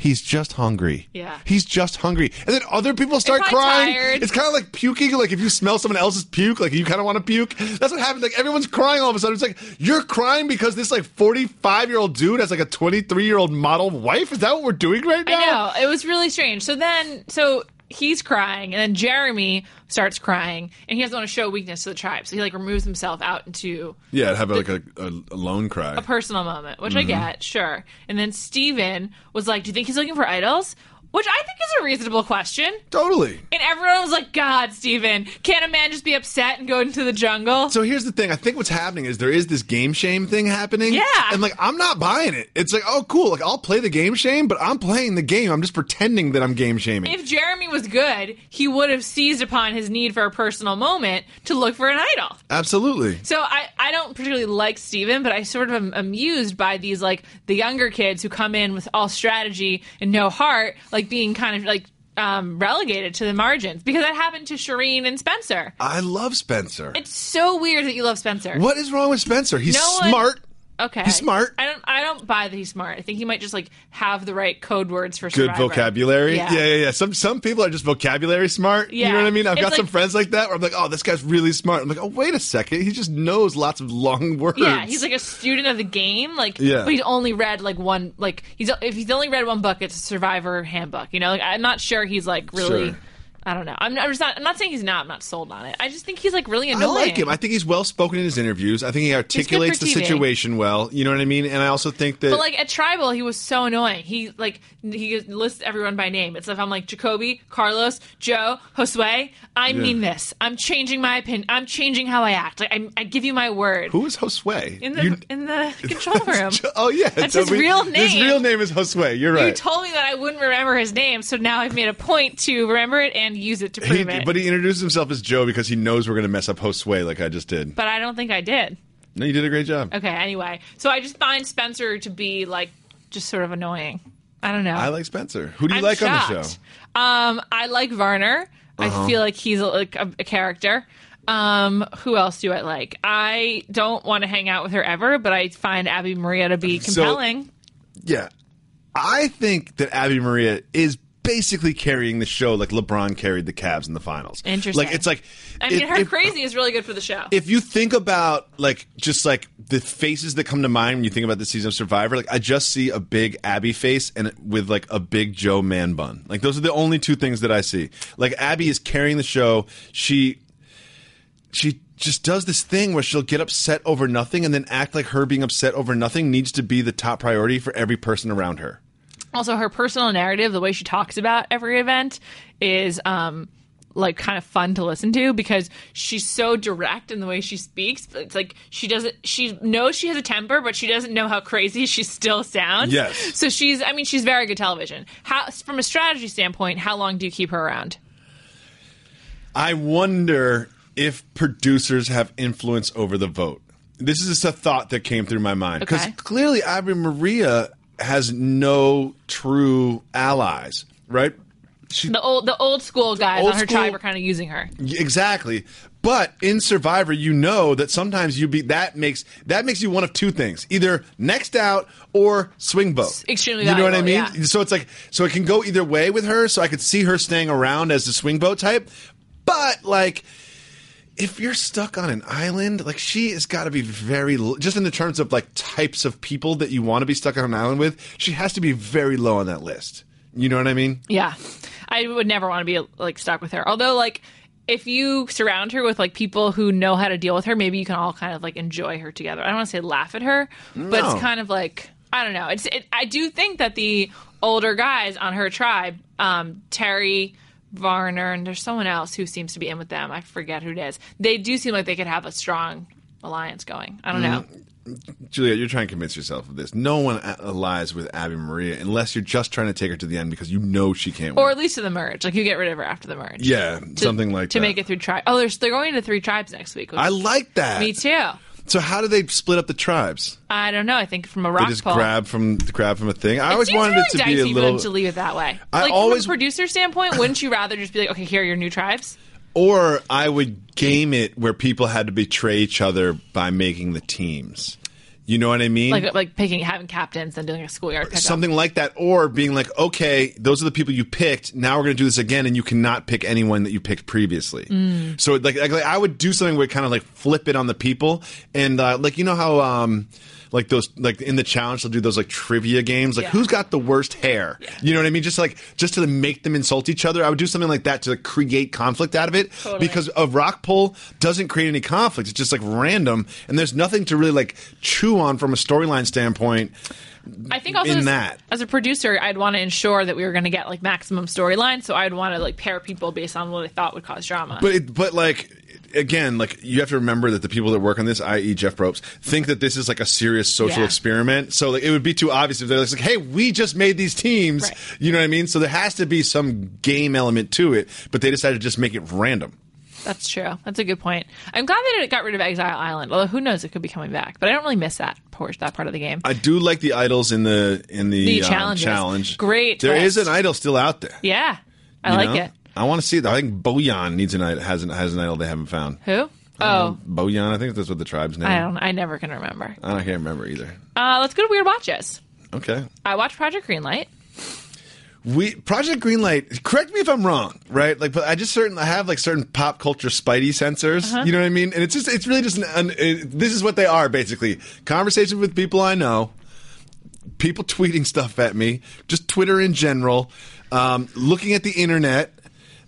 Speaker 4: He's just hungry.
Speaker 3: Yeah.
Speaker 4: He's just hungry, and then other people start
Speaker 3: probably
Speaker 4: crying.
Speaker 3: tired.
Speaker 4: It's kind of like puking. Like if you smell someone else's puke, like you kind of want to puke. That's what happens. Like everyone's crying all of a sudden. It's like you're crying because this like 45 year old dude has like a 23 year old model wife. Is that what we're doing right now?
Speaker 3: I know. It was really strange. So then, so he's crying, and then Jeremy starts crying, and he doesn't want to show weakness to the tribe. So he like removes himself out into
Speaker 4: Yeah, have like a, a, a lone cry.
Speaker 3: a personal moment, which I get, sure. And then Steven was like, Do you think he's looking for idols? Which I think is a reasonable question.
Speaker 4: totally.
Speaker 3: And everyone was like, God, Steven, can't a man just be upset and go into the jungle?
Speaker 4: So here's the thing. I think what's happening is there is this game shame thing happening.
Speaker 3: Yeah.
Speaker 4: And like I'm not buying it. It's like, oh cool, like I'll play the game shame, but I'm playing the game. I'm just pretending that I'm game shaming.
Speaker 3: if Jeremy was good, he would have seized upon his need for a personal moment to look for an idol.
Speaker 4: Absolutely.
Speaker 3: So I, I don't particularly like Steven, but I sort of am amused by these like the younger kids who come in with all strategy and no heart, like being kind of like um, relegated to the margins because that happened to Shireen and Spencer.
Speaker 4: I love Spencer.
Speaker 3: It's so weird that you love Spencer.
Speaker 4: What is wrong with Spencer? He's
Speaker 3: No one-
Speaker 4: smart.
Speaker 3: Okay,
Speaker 4: He's smart.
Speaker 3: I don't I don't buy that he's smart. I think he might just like have the right code words for Survivor.
Speaker 4: Yeah. yeah, yeah, Some some people are just vocabulary smart. You
Speaker 3: Yeah.
Speaker 4: know what I mean? I've
Speaker 3: It's
Speaker 4: got some
Speaker 3: like-
Speaker 4: friends like that where I'm like, oh, this guy's really smart. I'm like, oh, wait a second, he just knows lots of long words.
Speaker 3: Yeah, he's like a student of the game, like
Speaker 4: Yeah.
Speaker 3: but he's only read like one like he's if he's only read one book, it's a survivor handbook, you know? Like I'm not sure he's like really
Speaker 4: Sure.
Speaker 3: I don't know. I'm, I'm just not I'm not saying he's not I'm not sold on it. I just think he's like really
Speaker 4: I
Speaker 3: annoying.
Speaker 4: like him. I think he's well spoken in his interviews. I think he articulates the
Speaker 3: TV.
Speaker 4: situation well. You know what I mean? And I also think that
Speaker 3: but like at tribal, he was so annoying. He like he lists everyone by name. It's like I'm like Jacoby, Carlos, Joe, Josue. I mean this. I'm changing my opinion. I'm changing how I act. Like I, I give you my word.
Speaker 4: who is Josue?
Speaker 3: in the
Speaker 4: You-
Speaker 3: in the control room.
Speaker 4: oh yeah,
Speaker 3: That's
Speaker 4: so
Speaker 3: his
Speaker 4: we-
Speaker 3: real
Speaker 4: His
Speaker 3: name.
Speaker 4: real name is Josue. You're
Speaker 3: You
Speaker 4: right.
Speaker 3: told me that I wouldn't remember his name, so now I've made a point to remember it and use it to
Speaker 4: He-
Speaker 3: prove it.
Speaker 4: but he introduced himself as Joe because he knows we're going to mess up Josue like I just did.
Speaker 3: But I don't think I did.
Speaker 4: No, you did a great job.
Speaker 3: Okay, anyway. So I just find Spencer to be like just sort of annoying. I don't know.
Speaker 4: I like Spencer. Who do you
Speaker 3: I'm
Speaker 4: like on the
Speaker 3: shocked.
Speaker 4: show? Uh-huh.
Speaker 3: Um, I like Varner. I feel like he's like a, a character. Um, who else do I like? I don't want to hang out with her ever, but I find Abby Maria to be
Speaker 4: So-
Speaker 3: compelling.
Speaker 4: Yeah. I think that Abby Maria is basically carrying the show like LeBron carried the Cavs in the finals.
Speaker 3: Interesting.
Speaker 4: Like it's like
Speaker 3: I mean,
Speaker 4: if-
Speaker 3: her
Speaker 4: if-
Speaker 3: crazy is really good for the show.
Speaker 4: if you think about like just like the faces that come to mind when you think about the season of Survivor, like I just see a big Abby face and with like a big Joe man bun. Like those are the only two things that I see. Like Abby is carrying the show. She she just does this thing where she'll get upset over nothing and then act like her being upset over nothing needs to be the top priority for every person around her.
Speaker 3: also her personal narrative the way she talks about every event is um like kind of fun to listen to because she's so direct in the way she speaks but it's like she doesn't she knows she has a temper but she doesn't know how crazy she still sounds
Speaker 4: Yes.
Speaker 3: so she's i mean she's very good television how from a strategy standpoint how long do you keep her around
Speaker 4: I wonder if producers have influence over the vote. This is just a thought that came through my mind because
Speaker 3: Okay.
Speaker 4: clearly Abby Maria has no true allies, right? She,
Speaker 3: the old the old school guys
Speaker 4: Old
Speaker 3: on her
Speaker 4: school-
Speaker 3: tribe are kind of using her
Speaker 4: Exactly. But in Survivor, you know that sometimes you be that makes that makes you one of two things: either next out or swing boat.
Speaker 3: extremely
Speaker 4: You know what I mean?
Speaker 3: valuable, yeah.
Speaker 4: So it's like so it can go either way with her. So I could see her staying around as the swing boat type, but like. If you're stuck on an island, like she has got to be very l- just in the terms of like types of people that you want to be stuck on an island with, she has to be very low on that list. You know what I mean?
Speaker 3: Yeah. I would never want to be like stuck with her. Although like if you surround her with like people who know how to deal with her, maybe you can all kind of like enjoy her together. I don't want to say laugh at her, but
Speaker 4: No.
Speaker 3: it's kind of like I don't know. It's it, I do think that the older guys on her tribe, um Terry Varner and there's someone else who seems to be
Speaker 4: Mm.
Speaker 3: in with them. I forget who it is. They do seem like they could have a strong alliance going. I don't know.
Speaker 4: Juliet, you're trying to convince yourself of this. No one a- allies with Abby Maria unless you're just trying to take her to the end because you know she can't
Speaker 3: or
Speaker 4: win.
Speaker 3: at least to the merge. Like you get rid of her after the merge.
Speaker 4: yeah,
Speaker 3: To-
Speaker 4: something like
Speaker 3: to
Speaker 4: that.
Speaker 3: make it through tribe. Oh, they're, they're going to three tribes next week. Which
Speaker 4: I like that.
Speaker 3: me too.
Speaker 4: So how do they split up the tribes?
Speaker 3: I don't know. I think from a
Speaker 4: They
Speaker 3: rock
Speaker 4: just
Speaker 3: poll.
Speaker 4: grab from grab from a thing. I
Speaker 3: It
Speaker 4: always
Speaker 3: seems
Speaker 4: wanted
Speaker 3: really
Speaker 4: it to
Speaker 3: dicey
Speaker 4: be a
Speaker 3: for
Speaker 4: little
Speaker 3: them to leave it that way.
Speaker 4: I
Speaker 3: like
Speaker 4: always-
Speaker 3: from a producer standpoint, wouldn't you rather just be like, okay, here are your new tribes?
Speaker 4: Or I would game it where people had to betray each other by making the teams. You know what I mean?
Speaker 3: Like like picking having captains and doing a schoolyard pickup.
Speaker 4: Something like that, or being like, okay, those are the people you picked. Now we're going to do this again, and you cannot pick anyone that you picked previously.
Speaker 3: Mm.
Speaker 4: So, like, like, like, I would do something where kind of like flip it on the people, and uh, like you know how, um, like those, like in the challenge, they'll do those like trivia games, like
Speaker 3: Yeah.
Speaker 4: who's got the worst hair? You know what I mean? Just like just to make them insult each other. I would do something like that to create conflict out of it,
Speaker 3: Totally.
Speaker 4: because a rock pull doesn't create any conflict. It's just like random, and there's nothing to really like chew on from a storyline standpoint.
Speaker 3: I think also
Speaker 4: in
Speaker 3: as,
Speaker 4: that.
Speaker 3: as a producer, I'd want to ensure that we were going to get like maximum storyline. So I'd want to like pair people based on what I thought would cause drama.
Speaker 4: But it, but like again, like you have to remember that the people that work on this, i.e., Jeff Probst, think that this is like a serious social
Speaker 3: Yeah.
Speaker 4: experiment. So like it would be too obvious if they're just like, "Hey, we just made these teams."
Speaker 3: Right.
Speaker 4: You know what I mean? So there has to be some game element to it. But they decided to just make it random.
Speaker 3: That's true. That's a good point. I'm glad that it got rid of Exile Island. Although who knows, it could be coming back. But I don't really miss that portion, that part of the game.
Speaker 4: I do like the idols in the in the,
Speaker 3: The
Speaker 4: um,
Speaker 3: challenges.
Speaker 4: challenge.
Speaker 3: Great
Speaker 4: There is
Speaker 3: twist.
Speaker 4: an idol still out there.
Speaker 3: yeah, I
Speaker 4: you
Speaker 3: like
Speaker 4: know?
Speaker 3: it.
Speaker 4: I want to see it. I think Bojan needs an idol, has an has an idol they haven't found.
Speaker 3: Who? Oh,
Speaker 4: Bojan, I think that's what the tribe's name.
Speaker 3: I don't. I never can remember.
Speaker 4: I don't- I can't remember either.
Speaker 3: Uh, let's go to weird watches.
Speaker 4: Okay.
Speaker 3: I watched Project Greenlight.
Speaker 4: We Project Greenlight. Correct me if I'm wrong, right? Like, but I just certain I have like certain pop culture Spidey sensors. You know what I mean? And it's just it's really just an, an it, this is what they are basically: conversations with people I know, people tweeting stuff at me, just Twitter in general, um, looking at the internet,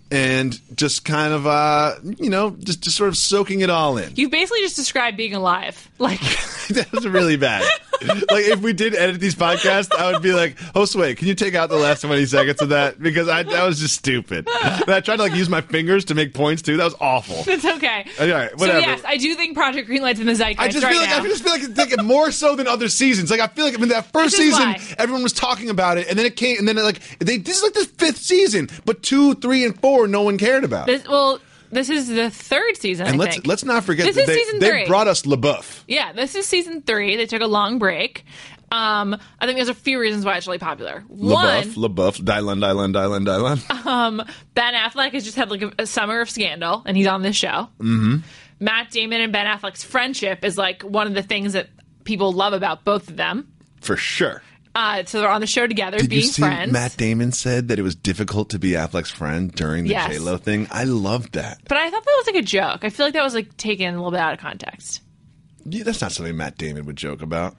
Speaker 4: and just kind of uh, you know just just sort of soaking it all in.
Speaker 3: You've basically just described being alive. Like
Speaker 4: that was really bad. like if we did edit these podcasts, I would be like, Josue, can you take out the last twenty seconds of that? Because I that was just stupid. And I tried to like use my fingers to make points too. That was awful.
Speaker 3: it's okay.
Speaker 4: All right,
Speaker 3: so
Speaker 4: Uh, whatever.
Speaker 3: yes, I do think Project Greenlight's in the zeitgeist
Speaker 4: I just
Speaker 3: right
Speaker 4: feel like
Speaker 3: now.
Speaker 4: I just feel like it's like more so than other seasons. Like I feel like I mean that first
Speaker 3: This is
Speaker 4: season
Speaker 3: why.
Speaker 4: everyone was talking about it, and then it came, and then it, like they this is like the fifth season, but two, three, and four no one cared about.
Speaker 3: This, well, this is the third season.
Speaker 4: and
Speaker 3: I
Speaker 4: let's
Speaker 3: think.
Speaker 4: let's not forget
Speaker 3: This
Speaker 4: that
Speaker 3: is
Speaker 4: they,
Speaker 3: season
Speaker 4: they
Speaker 3: three.
Speaker 4: brought us LaBeouf.
Speaker 3: Yeah, this is season three. They took a long break. Um, I think there's a few reasons why it's really popular. One, Ah.
Speaker 4: LaBeouf, LaBeouf, Dylan, Dylan, Dylan, Dylan.
Speaker 3: Ben Affleck has just had like a, a summer of scandal, and he's on this show. Mm-hmm. Matt Damon and Ben Affleck's friendship is like one of the things that people love about both of them.
Speaker 4: For sure.
Speaker 3: Uh, so they're on the show together,
Speaker 4: Did
Speaker 3: being
Speaker 4: you see
Speaker 3: friends.
Speaker 4: Matt Damon said that it was difficult to be Affleck's friend during the
Speaker 3: Yes.
Speaker 4: J Lo thing. I loved that.
Speaker 3: but I thought that was like a joke. I feel like that was like taken a little bit out of context.
Speaker 4: Yeah, that's not something Matt Damon would joke about.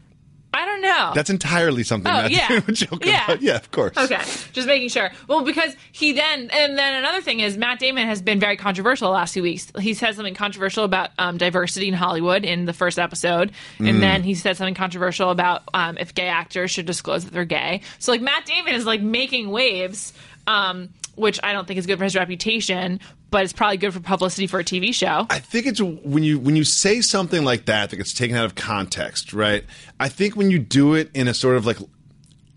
Speaker 3: I don't know.
Speaker 4: That's entirely something
Speaker 3: Oh,
Speaker 4: Matt
Speaker 3: yeah.
Speaker 4: Damon would joke
Speaker 3: Yeah. Oh,
Speaker 4: about. Yeah, of course.
Speaker 3: Okay, just making sure. Well, because he then, and then another thing is Matt Damon has been very controversial the last few weeks. He said something controversial about um, diversity in Hollywood in the first episode,
Speaker 4: Mm.
Speaker 3: and then he said something controversial about um, if gay actors should disclose that they're gay. So like Matt Damon is like making waves, um, which I don't think is good for his reputation, but it's probably good for publicity for a TV show.
Speaker 4: I think it's when you when you say something like that that gets taken out of context, right? I think when you do it in a sort of like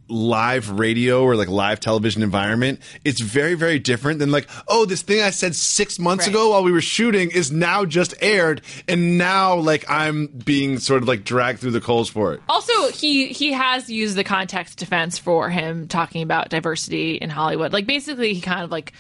Speaker 4: live radio or like live television environment, it's very very different than like, oh, this thing I said 6 months
Speaker 3: Right.
Speaker 4: ago while we were shooting is now just aired and now like I'm being sort of like dragged through the coals for it.
Speaker 3: Also, he he has used the context defense for him talking about diversity in Hollywood. Like basically, he kind of like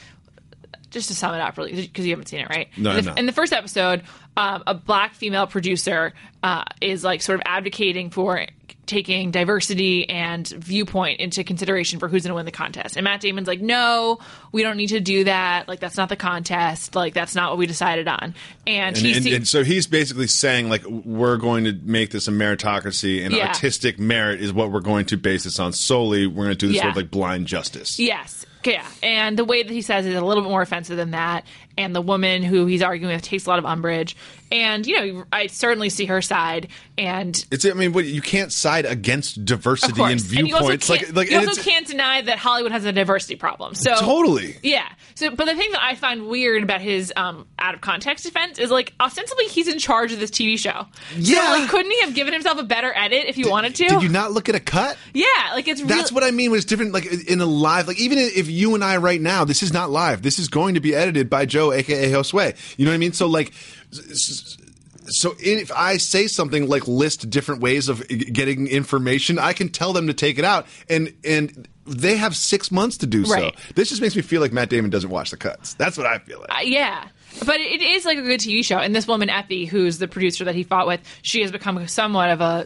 Speaker 3: just to sum it up, really, because you haven't seen it, right?
Speaker 4: No,
Speaker 3: in the,
Speaker 4: no.
Speaker 3: In the first episode, um, a black female producer uh, is like sort of advocating for taking diversity and viewpoint into consideration for who's going to win the contest. And Matt Damon's like, "No, we don't need to do that. Like that's not the contest. Like that's not what we decided on." And,
Speaker 4: And,
Speaker 3: he
Speaker 4: and,
Speaker 3: see-
Speaker 4: and so he's basically saying like we're going to make this a meritocracy and
Speaker 3: Yeah.
Speaker 4: artistic merit is what we're going to base this on solely we're going to do this sort of
Speaker 3: Yeah.
Speaker 4: like blind justice
Speaker 3: Yes. Okay, Yeah. And the way that he says it is a little bit more offensive than that. and the woman who he's arguing with takes a lot of umbrage. And you know, I certainly see her side. And
Speaker 4: It's I mean, what, you can't side against diversity and viewpoints.
Speaker 3: you also can't,
Speaker 4: like, like
Speaker 3: you
Speaker 4: and
Speaker 3: also
Speaker 4: it's-
Speaker 3: can't deny that Hollywood has a diversity problem. So
Speaker 4: Totally.
Speaker 3: yeah. So, but the thing that I find weird about his um, out of context defense is like ostensibly he's in charge of this TV show.
Speaker 4: Yeah.
Speaker 3: So, like, couldn't he have given himself a better edit if he wanted to?
Speaker 4: Did you not look at a cut?
Speaker 3: yeah. Like it's
Speaker 4: That's
Speaker 3: real-
Speaker 4: what I mean when it's different, like in a live, like even if you and I right now, this is not live. This is going to be edited by Joe, aka Josue. You know what I mean? So like, s- s- so if I say something like list different ways of getting information, I can tell them to take it out, and and they have six months to do
Speaker 3: Right.
Speaker 4: so. This just makes me feel like Matt Damon doesn't watch the cuts. That's what I feel like.
Speaker 3: Uh, yeah. But it is like a good TV show. And this woman, Effie, who's the producer that he fought with, she has become somewhat of a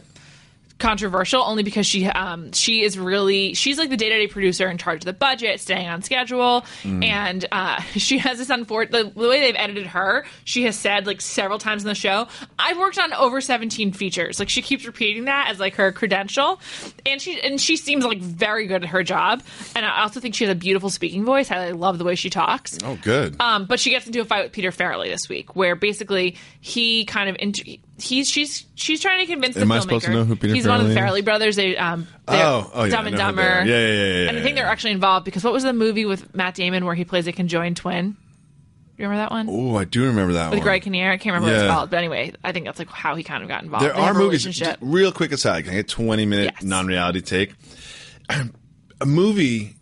Speaker 3: controversial only because she um she is really she's like the day-to-day producer in charge of the budget staying on schedule and uh she has this unfortunate the, the way they've edited her she has said like several times in the show i've worked on over 17 features like she keeps repeating that as like her credential and she and she seems like very good at her job and i also think she has a beautiful speaking voice i love the way she talks
Speaker 4: oh, good.
Speaker 3: um, but she gets into a fight with Peter Farrelly this week, where basically he kind of int- he's she's she's trying to convince.
Speaker 4: Am
Speaker 3: the
Speaker 4: I
Speaker 3: filmmaker.
Speaker 4: supposed to know who Peter
Speaker 3: He's one of the
Speaker 4: Farrelly
Speaker 3: Farrelly brothers. They um, they're
Speaker 4: Oh, oh, yeah,
Speaker 3: Dumb
Speaker 4: I
Speaker 3: and
Speaker 4: know who they
Speaker 3: Dumber.
Speaker 4: are. Yeah, yeah, yeah, yeah,
Speaker 3: And I
Speaker 4: yeah,
Speaker 3: think they're
Speaker 4: yeah.
Speaker 3: actually involved because what was the movie with Matt Damon where he plays a conjoined twin? You remember that one?
Speaker 4: oh, I do remember that
Speaker 3: With
Speaker 4: one.
Speaker 3: Greg Kinnear, I can't remember what
Speaker 4: Yeah.
Speaker 3: it's called, but anyway, I think that's like how he kind of got involved.
Speaker 4: There
Speaker 3: They
Speaker 4: are
Speaker 3: have a
Speaker 4: movies.
Speaker 3: relationship.
Speaker 4: just Real quick aside, can I get twenty minute
Speaker 3: Yes.
Speaker 4: non reality take? A movie,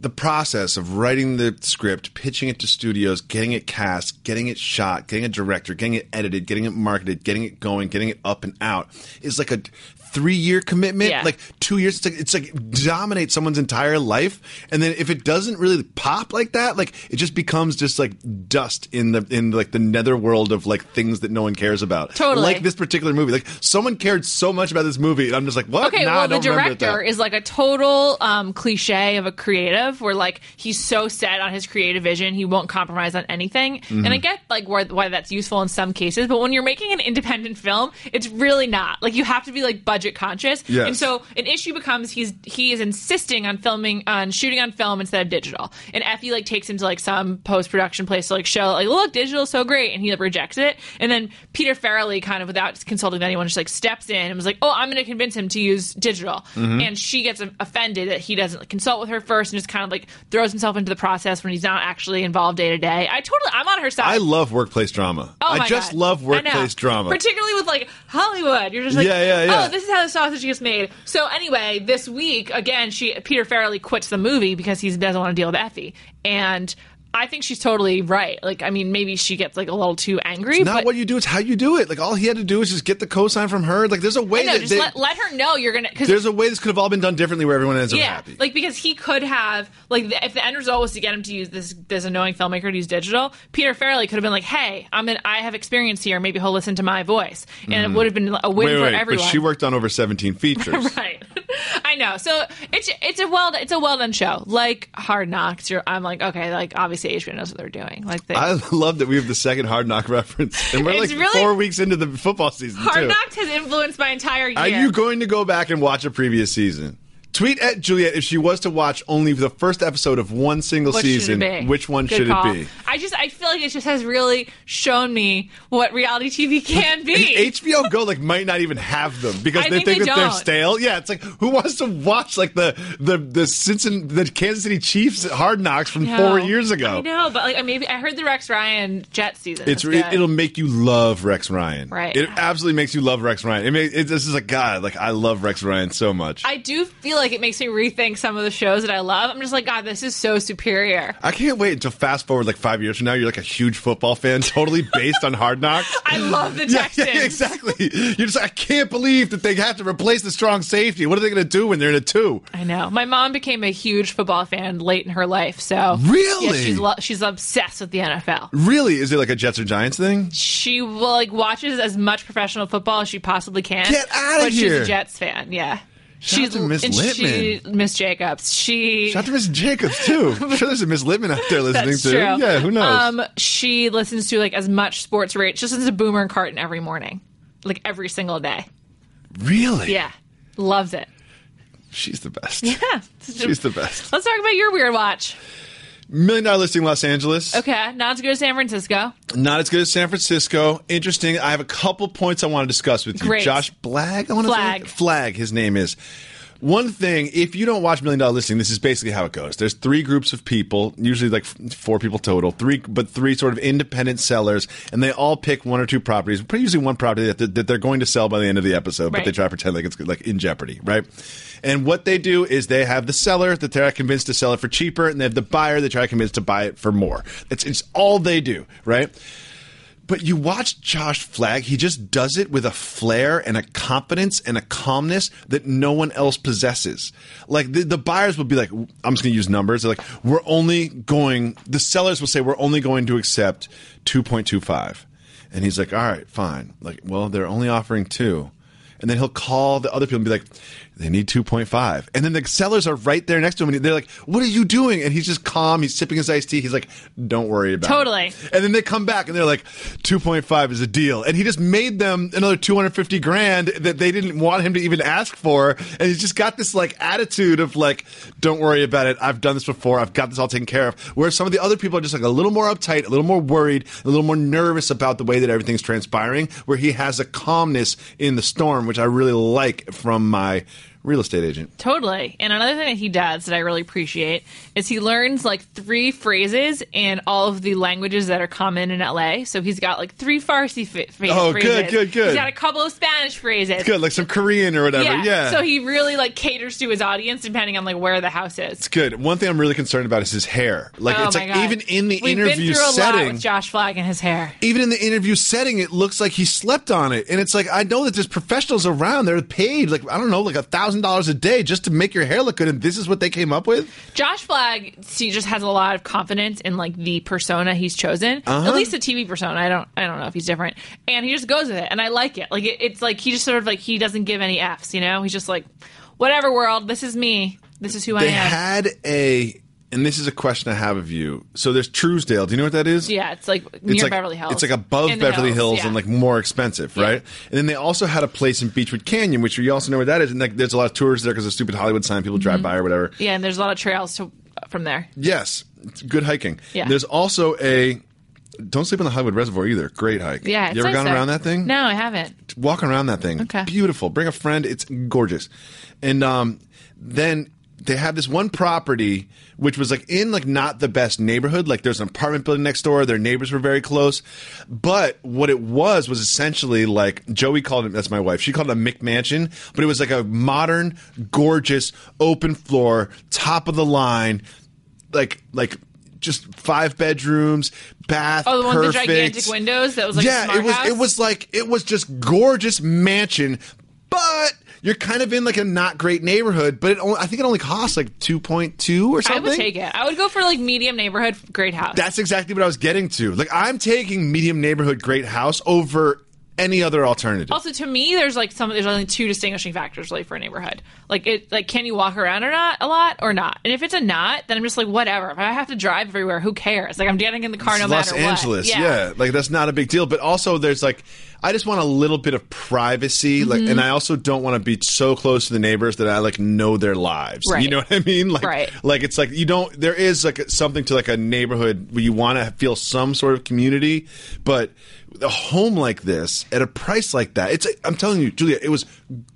Speaker 4: the process of writing the script, pitching it to studios, getting it cast, getting it shot, getting a director, getting it edited, getting it marketed, getting it going, getting it up and out is like a three year commitment.
Speaker 3: Yeah.
Speaker 4: Like two years. It's like, it's like dominate someone's entire life, and then if it doesn't really pop like that, like it just becomes just like dust in the in like the netherworld of like things that no one cares about.
Speaker 3: Totally.
Speaker 4: Like this particular movie. Like someone cared so much about this movie, and I'm just like, what?
Speaker 3: Okay,
Speaker 4: Nah, I
Speaker 3: well, the
Speaker 4: don't remember it
Speaker 3: director
Speaker 4: that.
Speaker 3: is like a total um, cliche of a creative, where like he's so set on his creative vision, he won't compromise on anything.
Speaker 4: Mm-hmm.
Speaker 3: And I get like where, why that's useful in some cases, but when you're making an independent film, it's really not. Like you have to be like budget conscious,
Speaker 4: Yes.
Speaker 3: and so an issue becomes he's he is insisting on filming on shooting on film instead of digital. And Effie like takes him to like some post production place to like show like look digital is so great, and he like, rejects it. And then Peter Farrelly kind of without consulting anyone just like steps in and was like, oh, I'm going to convince him to use digital. And she gets offended that he doesn't consult with her first and just kind of like throws himself into the process when he's not actually involved day to day. I totally I'm on her side.
Speaker 4: I love workplace drama.
Speaker 3: Oh
Speaker 4: I
Speaker 3: my
Speaker 4: just
Speaker 3: God. I
Speaker 4: love
Speaker 3: know.
Speaker 4: workplace drama.
Speaker 3: particularly with like Hollywood. You're just like,
Speaker 4: Yeah, yeah, yeah.
Speaker 3: oh, this is how the sausage gets made. So anyway, this week again, she Peter Farrelly quits the movie because he doesn't want to deal with Effie, and I think she's totally right. Like, I mean, maybe she gets like a little too angry.
Speaker 4: Not
Speaker 3: but,
Speaker 4: what you do; it's how you do it. Like all he had to do is just get the cosign from her. Like there's a way
Speaker 3: I know,
Speaker 4: that
Speaker 3: just
Speaker 4: they-
Speaker 3: let, let her know you're gonna because
Speaker 4: there's a way this could have all been done differently, where everyone ends up
Speaker 3: yeah,
Speaker 4: happy.
Speaker 3: like because he could have like the, if the end result was to get him to use this this annoying filmmaker to use digital, Peter Farrelly could have been like, "Hey, I'm an I have experience here. Maybe he'll listen to my voice," and it would have been a win
Speaker 4: Mm-hmm. wait,
Speaker 3: for
Speaker 4: wait,
Speaker 3: everyone.
Speaker 4: but she worked on over 17 features.
Speaker 3: right. I know. So it's it's a well it's a well done show. Like Hard Knocks, you're, I'm like okay, like obviously HBO knows what they're doing. Like they,
Speaker 4: I love that we have the second hard knock reference, and we're
Speaker 3: It's
Speaker 4: like
Speaker 3: really-
Speaker 4: four weeks into the football season.
Speaker 3: Hard
Speaker 4: too.
Speaker 3: Knocks has influenced my entire year.
Speaker 4: Are Uh, you going to go back and watch a previous season? Tweet at Juliet if she was to watch only the first episode of one single
Speaker 3: What should it
Speaker 4: season.
Speaker 3: be?
Speaker 4: Which one
Speaker 3: Good
Speaker 4: should
Speaker 3: call.
Speaker 4: it be?
Speaker 3: I just I feel like it just has really shown me what reality TV can be.
Speaker 4: And HBO Go like might not even have them because
Speaker 3: I
Speaker 4: they
Speaker 3: think
Speaker 4: think
Speaker 3: they
Speaker 4: that they're
Speaker 3: don't.
Speaker 4: stale. Yeah, it's like who wants to watch like the the the Cincinnati, the Kansas City Chiefs hard knocks from
Speaker 3: No.
Speaker 4: four years ago?
Speaker 3: I know, but like I maybe I heard the Rex Ryan Jet season.
Speaker 4: It's
Speaker 3: is
Speaker 4: it,
Speaker 3: good.
Speaker 4: it'll make you love Rex Ryan.
Speaker 3: Right.
Speaker 4: It absolutely makes you love Rex Ryan. It, makes, it this is like God. Like I love Rex Ryan so much.
Speaker 3: I do feel like it makes me rethink some of the shows that I love. I'm just like, God, this is so superior.
Speaker 4: I can't wait until fast forward like five years from now. You're like a huge football fan, totally based on Hard Knocks.
Speaker 3: I love the
Speaker 4: Yeah,
Speaker 3: Texans.
Speaker 4: yeah, exactly. You're just like, I can't believe that they have to replace the strong safety. What are they going to do when they're in a two?
Speaker 3: I know. My mom became a huge football fan late in her life, so
Speaker 4: Really?
Speaker 3: yeah, she's lo- she's obsessed with the NFL.
Speaker 4: Really, is it like a Jets or Giants thing?
Speaker 3: She will, like watches as much professional football as she possibly can.
Speaker 4: Get outta
Speaker 3: but She's
Speaker 4: here.
Speaker 3: a Jets fan. Yeah,
Speaker 4: Shout out to Miss
Speaker 3: and she- Miss Jacobs. She
Speaker 4: Shout out to Miss Jacobs too. I'm sure there's a Miss Littman out there listening
Speaker 3: That's
Speaker 4: to.
Speaker 3: true.
Speaker 4: Yeah, who knows?
Speaker 3: Um, she listens to like as much sports radio. She listens to Boomer and Carton every morning, like every single day.
Speaker 4: really?
Speaker 3: Yeah, loves it.
Speaker 4: She's the best.
Speaker 3: Yeah,
Speaker 4: She's the best.
Speaker 3: Let's talk about your weird watch.
Speaker 4: Million Dollar Listing Los Angeles.
Speaker 3: Okay, not as good as San Francisco.
Speaker 4: Not as good as San Francisco. Interesting. I have a couple points I want to discuss with you.
Speaker 3: Great.
Speaker 4: Josh Blag, I want to
Speaker 3: Flag.
Speaker 4: Say? Flag, his name is. One thing, if you don't watch Million Dollar Listing, this is basically how it goes. There's three groups of people, usually like f- four people total, three, but three sort of independent sellers, and they all pick one or two properties, pretty usually one property that, that they're going to sell by the end of the episode, but
Speaker 3: Right.
Speaker 4: they try to pretend like it's like in jeopardy, right? And what they do is they have the seller that they're convinced to sell it for cheaper, and they have the buyer they try to convince to buy it for more. It's, it's all they do, right? But you watch Josh Flagg, he just does it with a flair and a confidence and a calmness that no one else possesses. Like the, the buyers will be like, I'm just going to use numbers. They're like, we're only going, the sellers will say, we're only going to accept 2.25. And he's like, all right, fine. Like, well, they're only offering two. And then he'll call the other people and be like, they need 2.5. And then the sellers are right there next to him. And they're like, what are you doing? And he's just calm. He's sipping his iced tea. He's like, don't worry about it.
Speaker 3: Totally.
Speaker 4: And then they come back and they're like, 2.5 is a deal. And he just made them another 250 grand that they didn't want him to even ask for. And he's just got this like attitude of like, don't worry about it. I've done this before. I've got this all taken care of. Whereas some of the other people are just like a little more uptight, a little more worried, a little more nervous about the way that everything's transpiring, where he has a calmness in the storm, which I really like from my real estate agent.
Speaker 3: Totally. And another thing that he does that I really appreciate is he learns like three phrases in all of the languages that are common in LA. So he's got like three Farsi f- phrases.
Speaker 4: Oh, good, good, good.
Speaker 3: He's got a couple of Spanish phrases.
Speaker 4: Good, like some Korean or whatever.
Speaker 3: Yeah.
Speaker 4: Yeah.
Speaker 3: So he really like caters to his audience depending on like where the house is.
Speaker 4: good. One thing I'm really concerned about is his hair. Like
Speaker 3: oh
Speaker 4: it's
Speaker 3: my
Speaker 4: like
Speaker 3: God.
Speaker 4: even in the
Speaker 3: We've
Speaker 4: interview
Speaker 3: been through a
Speaker 4: setting,
Speaker 3: lot with Josh Flagg and his hair.
Speaker 4: even in the interview setting, it looks like he slept on it. And it's like I know that there's professionals around. They're paid like I don't know, like a thousand dollars a day just to make your hair look good. And this is what they came up with.
Speaker 3: Josh Flagg, he just has a lot of confidence in like the persona he's chosen,
Speaker 4: Uh-huh.
Speaker 3: at least the TV persona. I don't, I don't know if he's different, and he just goes with it, and I like it. Like it, it's like he just sort of like he doesn't give any f's, you know. He's just like, whatever world, this is me, this is who I
Speaker 4: They
Speaker 3: am.
Speaker 4: had a, and this is a question I have of you. So there's Truesdale. Do you know what that is?
Speaker 3: yeah, it's like near
Speaker 4: It's like,
Speaker 3: Beverly Hills.
Speaker 4: It's like above
Speaker 3: In the
Speaker 4: Beverly Hills,
Speaker 3: yeah.
Speaker 4: and like more expensive,
Speaker 3: Yeah.
Speaker 4: right? And then they also had a place in Beechwood Canyon, which you also know where that is. And like, there's a lot of tourists there because of stupid Hollywood sign people
Speaker 3: Mm-hmm.
Speaker 4: drive by or whatever.
Speaker 3: yeah, and there's a lot of trails to from there.
Speaker 4: Yes, it's good hiking.
Speaker 3: Yeah.
Speaker 4: There's also a. Don't sleep on the Hollywood Reservoir either. Great hike.
Speaker 3: Yeah, it's
Speaker 4: You ever
Speaker 3: nice
Speaker 4: gone
Speaker 3: there.
Speaker 4: around that thing?
Speaker 3: No, I haven't.
Speaker 4: Walk around that thing.
Speaker 3: Okay.
Speaker 4: Beautiful. Bring a friend. It's gorgeous. And um, then they have this one property which was like in like not the best neighborhood. Like there's an apartment building next door. Their neighbors were very close. But what it was was essentially like Joey called it. That's my wife. She called it a McMansion, but it was like a modern, gorgeous, open floor, top of the line, like like. Just five bedrooms, bath.
Speaker 3: Oh, the one with the
Speaker 4: perfect
Speaker 3: gigantic windows that was like a
Speaker 4: yeah,
Speaker 3: smart
Speaker 4: it was
Speaker 3: house?
Speaker 4: it was like it was just gorgeous mansion, but you're kind of in like a not great neighborhood. But it only, I think it only costs like two point two or
Speaker 3: I
Speaker 4: something.
Speaker 3: would take it. I would go for like medium neighborhood, great house.
Speaker 4: That's exactly what I was getting to. Like I'm taking medium neighborhood great house over any other alternative.
Speaker 3: Also, to me, there's like some. There's only two distinguishing factors really for a neighborhood. Like it, like can you walk around or not a lot or not? And if it's a not, then I'm just like whatever. If I have to drive everywhere, who cares? Like I'm getting in the car no
Speaker 4: It's Los
Speaker 3: matter
Speaker 4: Angeles,
Speaker 3: what.
Speaker 4: yeah. like that's not a big deal. But also, there's like, I just want a little bit of privacy, like,
Speaker 3: Mm-hmm.
Speaker 4: and I also don't want to be so close to the neighbors that I like know their lives. You
Speaker 3: Right.
Speaker 4: know what I mean? Like,
Speaker 3: Right.
Speaker 4: like it's like you don't. There is like something to like a neighborhood where you want to feel some sort of community, but a home like this at a price like that, it's. I'm telling you, Julia, it was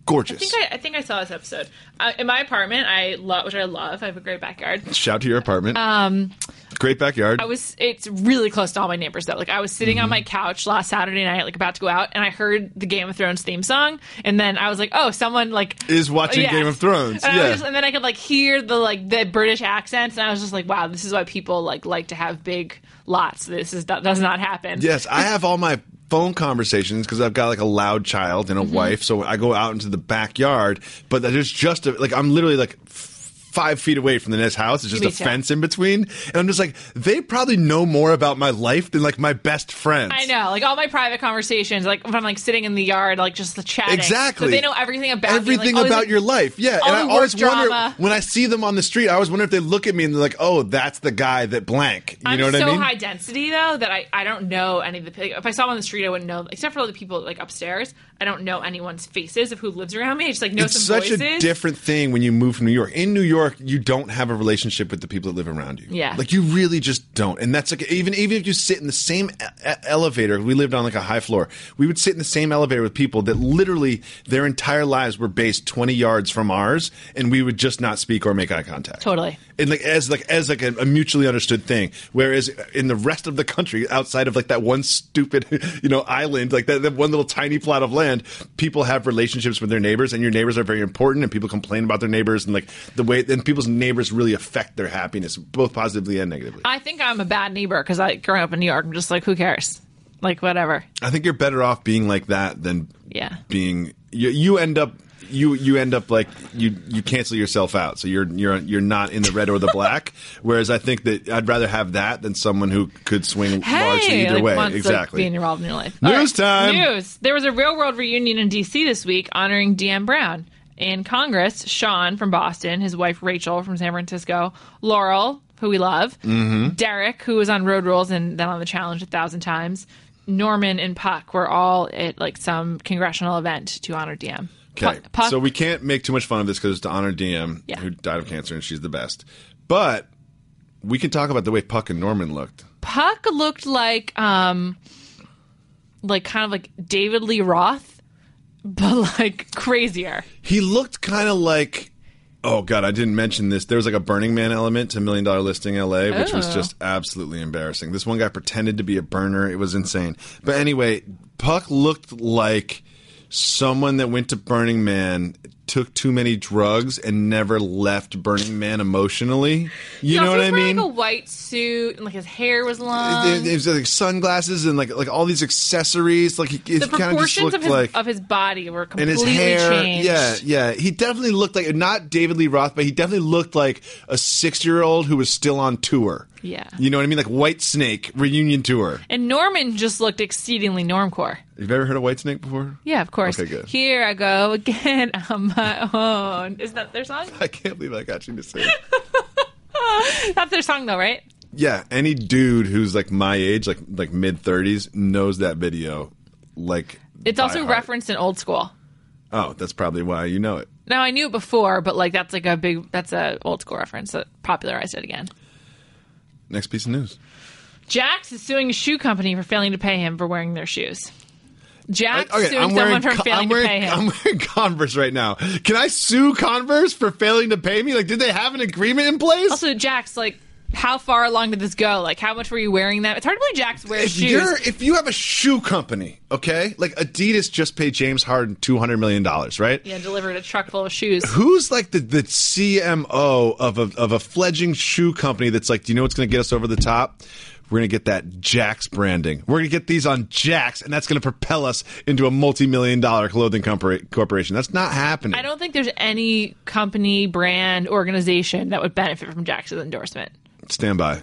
Speaker 4: gorgeous.
Speaker 3: I think I, I think I saw this episode uh, in my apartment. I love, which I love. I have a great backyard.
Speaker 4: Shout to your apartment. Um, great backyard.
Speaker 3: I was it's really close to all my neighbors though. Like I was sitting
Speaker 4: Mm-hmm.
Speaker 3: on my couch last Saturday night, like about to go out, and I heard the Game of Thrones theme song, and then I was like, oh, someone like
Speaker 4: Is watching Game of Thrones,
Speaker 3: And, I was
Speaker 4: yeah.
Speaker 3: just- and then I could like hear the like the British accents, and I was just like, wow, this is why people like like to have big lots. This is does not happen.
Speaker 4: Yes, I have all my phone conversations because I've got like a loud child and a
Speaker 3: Mm-hmm.
Speaker 4: wife, so I go out into the backyard. But there's just a, like I'm literally like. f- Five feet away from the next house, it's just
Speaker 3: Me
Speaker 4: a
Speaker 3: too.
Speaker 4: fence in between, and I'm just like, they probably know more about my life than like my best friends.
Speaker 3: I know, like all my private conversations, like when I'm like sitting in the yard, like just the chatting.
Speaker 4: Exactly.
Speaker 3: So they know everything about me,
Speaker 4: everything
Speaker 3: like, oh,
Speaker 4: about
Speaker 3: like-
Speaker 4: your life. Yeah,
Speaker 3: all
Speaker 4: and
Speaker 3: the
Speaker 4: I
Speaker 3: work
Speaker 4: always wonder
Speaker 3: drama.
Speaker 4: when I see them on the street. I always wonder if they look at me and they're like, "Oh, that's the guy that blank." You
Speaker 3: I'm
Speaker 4: know what
Speaker 3: so
Speaker 4: I mean?
Speaker 3: high density though that I, I don't know any of the like, if I saw them on the street I wouldn't know except for the people like upstairs I don't know anyone's faces of who lives around me I just like know
Speaker 4: it's
Speaker 3: some
Speaker 4: such
Speaker 3: voices
Speaker 4: a different thing when you move from New York. In New York, York, you don't have a relationship with the people that live around you.
Speaker 3: Yeah.
Speaker 4: like you really just don't. And that's like even even if you sit in the same e- e- elevator. We lived on like a high floor. We would sit in the same elevator with people that literally their entire lives were based twenty yards from ours, and we would just not speak or make eye contact.
Speaker 3: Totally.
Speaker 4: And like as like as like a, a mutually understood thing. Whereas in the rest of the country, outside of like that one stupid you know island, like that, that one little tiny plot of land, people have relationships with their neighbors, and your neighbors are very important. And people complain about their neighbors and like the way then people's neighbors really affect their happiness, both positively and negatively. I,
Speaker 3: I think I'm a bad neighbor because I growing up in New York, I'm just like, who cares? Like whatever.
Speaker 4: think you're better off being like that than
Speaker 3: Yeah.
Speaker 4: being you. You end up. You you end up like you you cancel yourself out, so you're you're you're not in the red or the black. Whereas I think that I'd rather have that than someone who could swing largely
Speaker 3: Hey,
Speaker 4: either
Speaker 3: like
Speaker 4: way.
Speaker 3: wants, like,
Speaker 4: exactly.
Speaker 3: being involved in your life.
Speaker 4: News
Speaker 3: All
Speaker 4: time.
Speaker 3: News. There was a real world reunion in D.C. this week honoring D.M. Brown. In Congress, Sean from Boston, his wife Rachel from San Francisco, Laurel, who we love,
Speaker 4: Mm-hmm.
Speaker 3: Derek, who was on Road Rules and then on the Challenge a thousand times, Norman and Puck were all at like some congressional event to honor DM.
Speaker 4: Okay,
Speaker 3: Puck, Puck
Speaker 4: so we can't make too much fun of this because it's to honor DM,
Speaker 3: Yeah.
Speaker 4: who died of cancer, and she's the best. But we can talk about the way Puck and Norman looked.
Speaker 3: Puck looked like um like kind of like David Lee Roth, but like crazier.
Speaker 4: He looked kind of like. Oh god, I didn't mention this. There was like a Burning Man element to Million Dollar Listing LA, which was
Speaker 3: Oh.
Speaker 4: just absolutely embarrassing. This one guy pretended to be a burner. It was insane. But anyway, Puck looked like someone that went to Burning Man, took too many drugs, and never left Burning Man emotionally. You know
Speaker 3: also
Speaker 4: what I
Speaker 3: was wearing,
Speaker 4: mean?
Speaker 3: Like a white suit and like his hair was long.
Speaker 4: It- it- it was like sunglasses and like like all these accessories. Like he,
Speaker 3: the
Speaker 4: kind of just
Speaker 3: proportions
Speaker 4: looked
Speaker 3: of his,
Speaker 4: like
Speaker 3: of his body were
Speaker 4: and
Speaker 3: completely
Speaker 4: his hair.
Speaker 3: changed.
Speaker 4: Yeah, yeah. He definitely looked like not David Lee Roth, but he definitely looked like a six year old who was still on tour.
Speaker 3: Yeah.
Speaker 4: you know what I mean, like White Snake reunion tour.
Speaker 3: And Norman just looked exceedingly normcore.
Speaker 4: You've ever heard of White Snake before?
Speaker 3: Yeah, of course.
Speaker 4: Okay, good.
Speaker 3: Here I go again on my own. Is that their song?
Speaker 4: I can't believe I got you to say. it.
Speaker 3: That's their song though, right?
Speaker 4: yeah, any dude who's like my age, like like mid thirties, knows that video. Like
Speaker 3: It's
Speaker 4: by
Speaker 3: also
Speaker 4: heart.
Speaker 3: referenced in old school.
Speaker 4: Oh, that's probably why you know it.
Speaker 3: Now I knew it before, but like that's like a big that's a old school reference that popularized it again.
Speaker 4: Next piece of news.
Speaker 3: Jax is suing a shoe company for failing to pay him for wearing their shoes. Jax
Speaker 4: Okay,
Speaker 3: suing
Speaker 4: I'm
Speaker 3: someone
Speaker 4: wearing,
Speaker 3: for
Speaker 4: Con-
Speaker 3: failing
Speaker 4: I'm wearing,
Speaker 3: to pay him.
Speaker 4: I'm wearing Converse right now. Can I sue Converse for failing to pay me? Like, did they have an agreement in place?
Speaker 3: Also, Jax, like, how far along did this go? Like, how much were you wearing that? It's hard to believe Jax wears
Speaker 4: if
Speaker 3: shoes.
Speaker 4: you're if you have a shoe company, okay, like Adidas just paid James Harden two hundred million dollars, right?
Speaker 3: yeah, delivered a truck full of shoes.
Speaker 4: Who's like the, the CMO of a, of a fledgling shoe company that's like, do you know what's going to get us over the top? We're going to get that Jax branding. We're going to get these on Jax, and that's going to propel us into a multi million dollar clothing compor- corporation. That's not happening.
Speaker 3: I don't think there's any company, brand, organization that would benefit from Jax's endorsement.
Speaker 4: Stand by.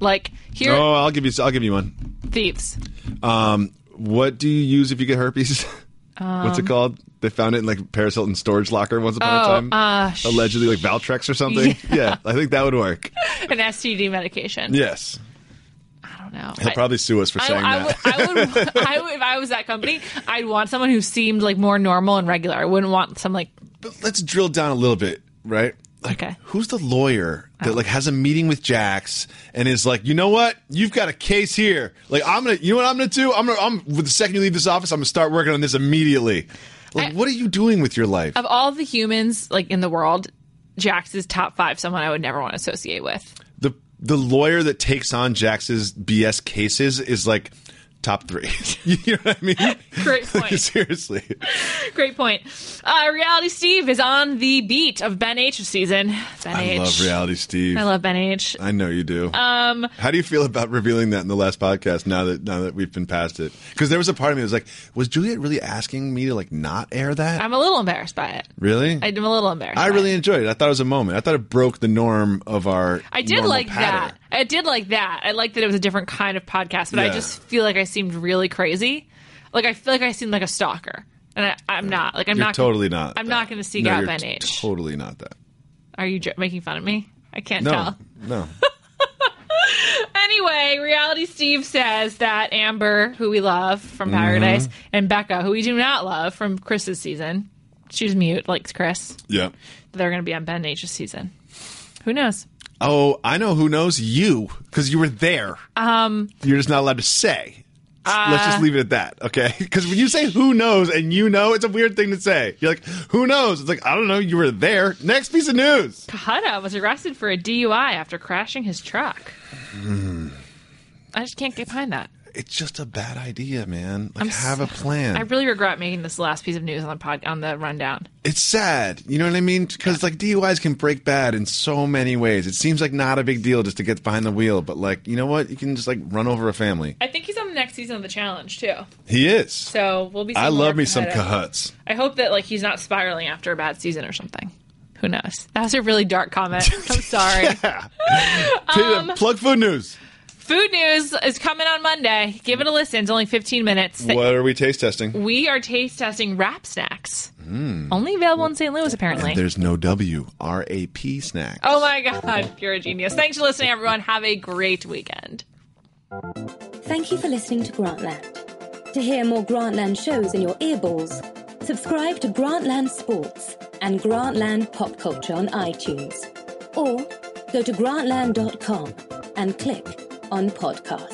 Speaker 3: Like, here,
Speaker 4: Oh, I'll give you. I'll give you one.
Speaker 3: thieves.
Speaker 4: Um, what do you use if you get herpes? What's it called? They found it in like Paris Hilton's storage locker once upon
Speaker 3: Um, Oh,
Speaker 4: a time.
Speaker 3: uh, sh-
Speaker 4: Allegedly, like Valtrex or something. Yeah. I think that would work.
Speaker 3: An STD medication.
Speaker 4: Yes,
Speaker 3: I don't know.
Speaker 4: they'll
Speaker 3: I-
Speaker 4: probably sue us for
Speaker 3: I,
Speaker 4: saying
Speaker 3: I,
Speaker 4: that.
Speaker 3: would, I would, I would, if I was that company, I'd want someone who seemed like more normal and regular. I wouldn't want some like
Speaker 4: but let's drill down a little bit, right? Like,
Speaker 3: Okay. Oh.
Speaker 4: who's the lawyer that like has a meeting with Jax and is like, you know what, you've got a case here. Like, I'm gonna, you know what I'm gonna do? I'm gonna, I'm the second you leave this office, I'm gonna start working on this immediately. Like,
Speaker 3: I-
Speaker 4: what are you doing with your life?
Speaker 3: of all the humans like in the world, Jax is top five. Someone I would never want to associate with.
Speaker 4: the the lawyer that takes on Jax's BS cases is like top three. you know what I mean?
Speaker 3: Great
Speaker 4: Like,
Speaker 3: point.
Speaker 4: seriously.
Speaker 3: Great point. Uh, reality Steve is on the beat of Ben H this season. Ben
Speaker 4: I
Speaker 3: H.
Speaker 4: love reality, Steve.
Speaker 3: I love Uh, Ben H.
Speaker 4: I know you do. Um, How do you feel about revealing that in the last podcast? Now that now that we've been past it, because there was a part of me that was like, was Juliet really asking me to like not air that?
Speaker 3: I'm a little embarrassed by it.
Speaker 4: really?
Speaker 3: I'm a little embarrassed.
Speaker 4: I
Speaker 3: by
Speaker 4: really
Speaker 3: it.
Speaker 4: enjoyed it. I thought it was a moment. I thought it broke the norm of our.
Speaker 3: I did
Speaker 4: normal
Speaker 3: like
Speaker 4: pattern.
Speaker 3: that. I did like that. I liked that it was a different kind of podcast, but I
Speaker 4: Yeah.
Speaker 3: just feel like I seemed really crazy. Like I feel like I seemed like a stalker, and I, I'm not. Like I'm
Speaker 4: You're
Speaker 3: not
Speaker 4: totally not.
Speaker 3: I'm
Speaker 4: that.
Speaker 3: not going to seek
Speaker 4: No,
Speaker 3: out
Speaker 4: you're
Speaker 3: Ben
Speaker 4: t-
Speaker 3: H.
Speaker 4: Totally not that.
Speaker 3: Are you jo- making fun of me? I can't
Speaker 4: No,
Speaker 3: tell.
Speaker 4: no.
Speaker 3: Anyway, Reality Steve says that Amber, who we love from Paradise,
Speaker 4: Mm-hmm.
Speaker 3: and Becca, who we do not love from Chris's season, she's mute, likes Chris,
Speaker 4: yeah.
Speaker 3: they're going to be on Ben H this season. Who knows?
Speaker 4: Oh, I know who knows you because you were there. Um, you're just not allowed to say. Let's
Speaker 3: uh,
Speaker 4: just leave it at that, okay? Because when you say "who knows" and you know, it's a weird thing to say. You're like, "Who knows?" It's like I don't know. You were there. Next piece of news.
Speaker 3: Huda was arrested for a DUI after crashing his truck.
Speaker 4: Hmm.
Speaker 3: I just can't get behind that.
Speaker 4: It's just a bad idea, man. Like,
Speaker 3: I'm
Speaker 4: have a
Speaker 3: so-
Speaker 4: plan.
Speaker 3: I really regret making this the last piece of news on the pod on the rundown.
Speaker 4: it's sad. You know what I mean? Because like DUIs can break bad in so many ways. It seems like not a big deal just to get behind the wheel, but like you know what? You can just like run over a family.
Speaker 3: I think he's on the next season of the challenge too.
Speaker 4: He is.
Speaker 3: So we'll be.
Speaker 4: I
Speaker 3: seeing
Speaker 4: love
Speaker 3: more
Speaker 4: me
Speaker 3: of
Speaker 4: some
Speaker 3: Huda.
Speaker 4: cahuts.
Speaker 3: I hope that like he's not spiraling after a bad season or something. Who knows? That was a really dark comment. I'm sorry. Um,
Speaker 4: Plug food news.
Speaker 3: Food news is coming on Monday. Give it a listen. It's only 15 minutes.
Speaker 4: What are we taste testing?
Speaker 3: We are taste testing wrap snacks. Only available in St. Louis, apparently.
Speaker 4: There's no W R A P snack.
Speaker 3: Oh my God, you're a genius. Thanks for listening, everyone. Have a great weekend.
Speaker 1: Thank you for listening to Grantland. To hear more Grantland shows in your earballs, subscribe to Grantland Sports and Grantland Pop Culture on iTunes. Or go to grantland.com and click on podcasts.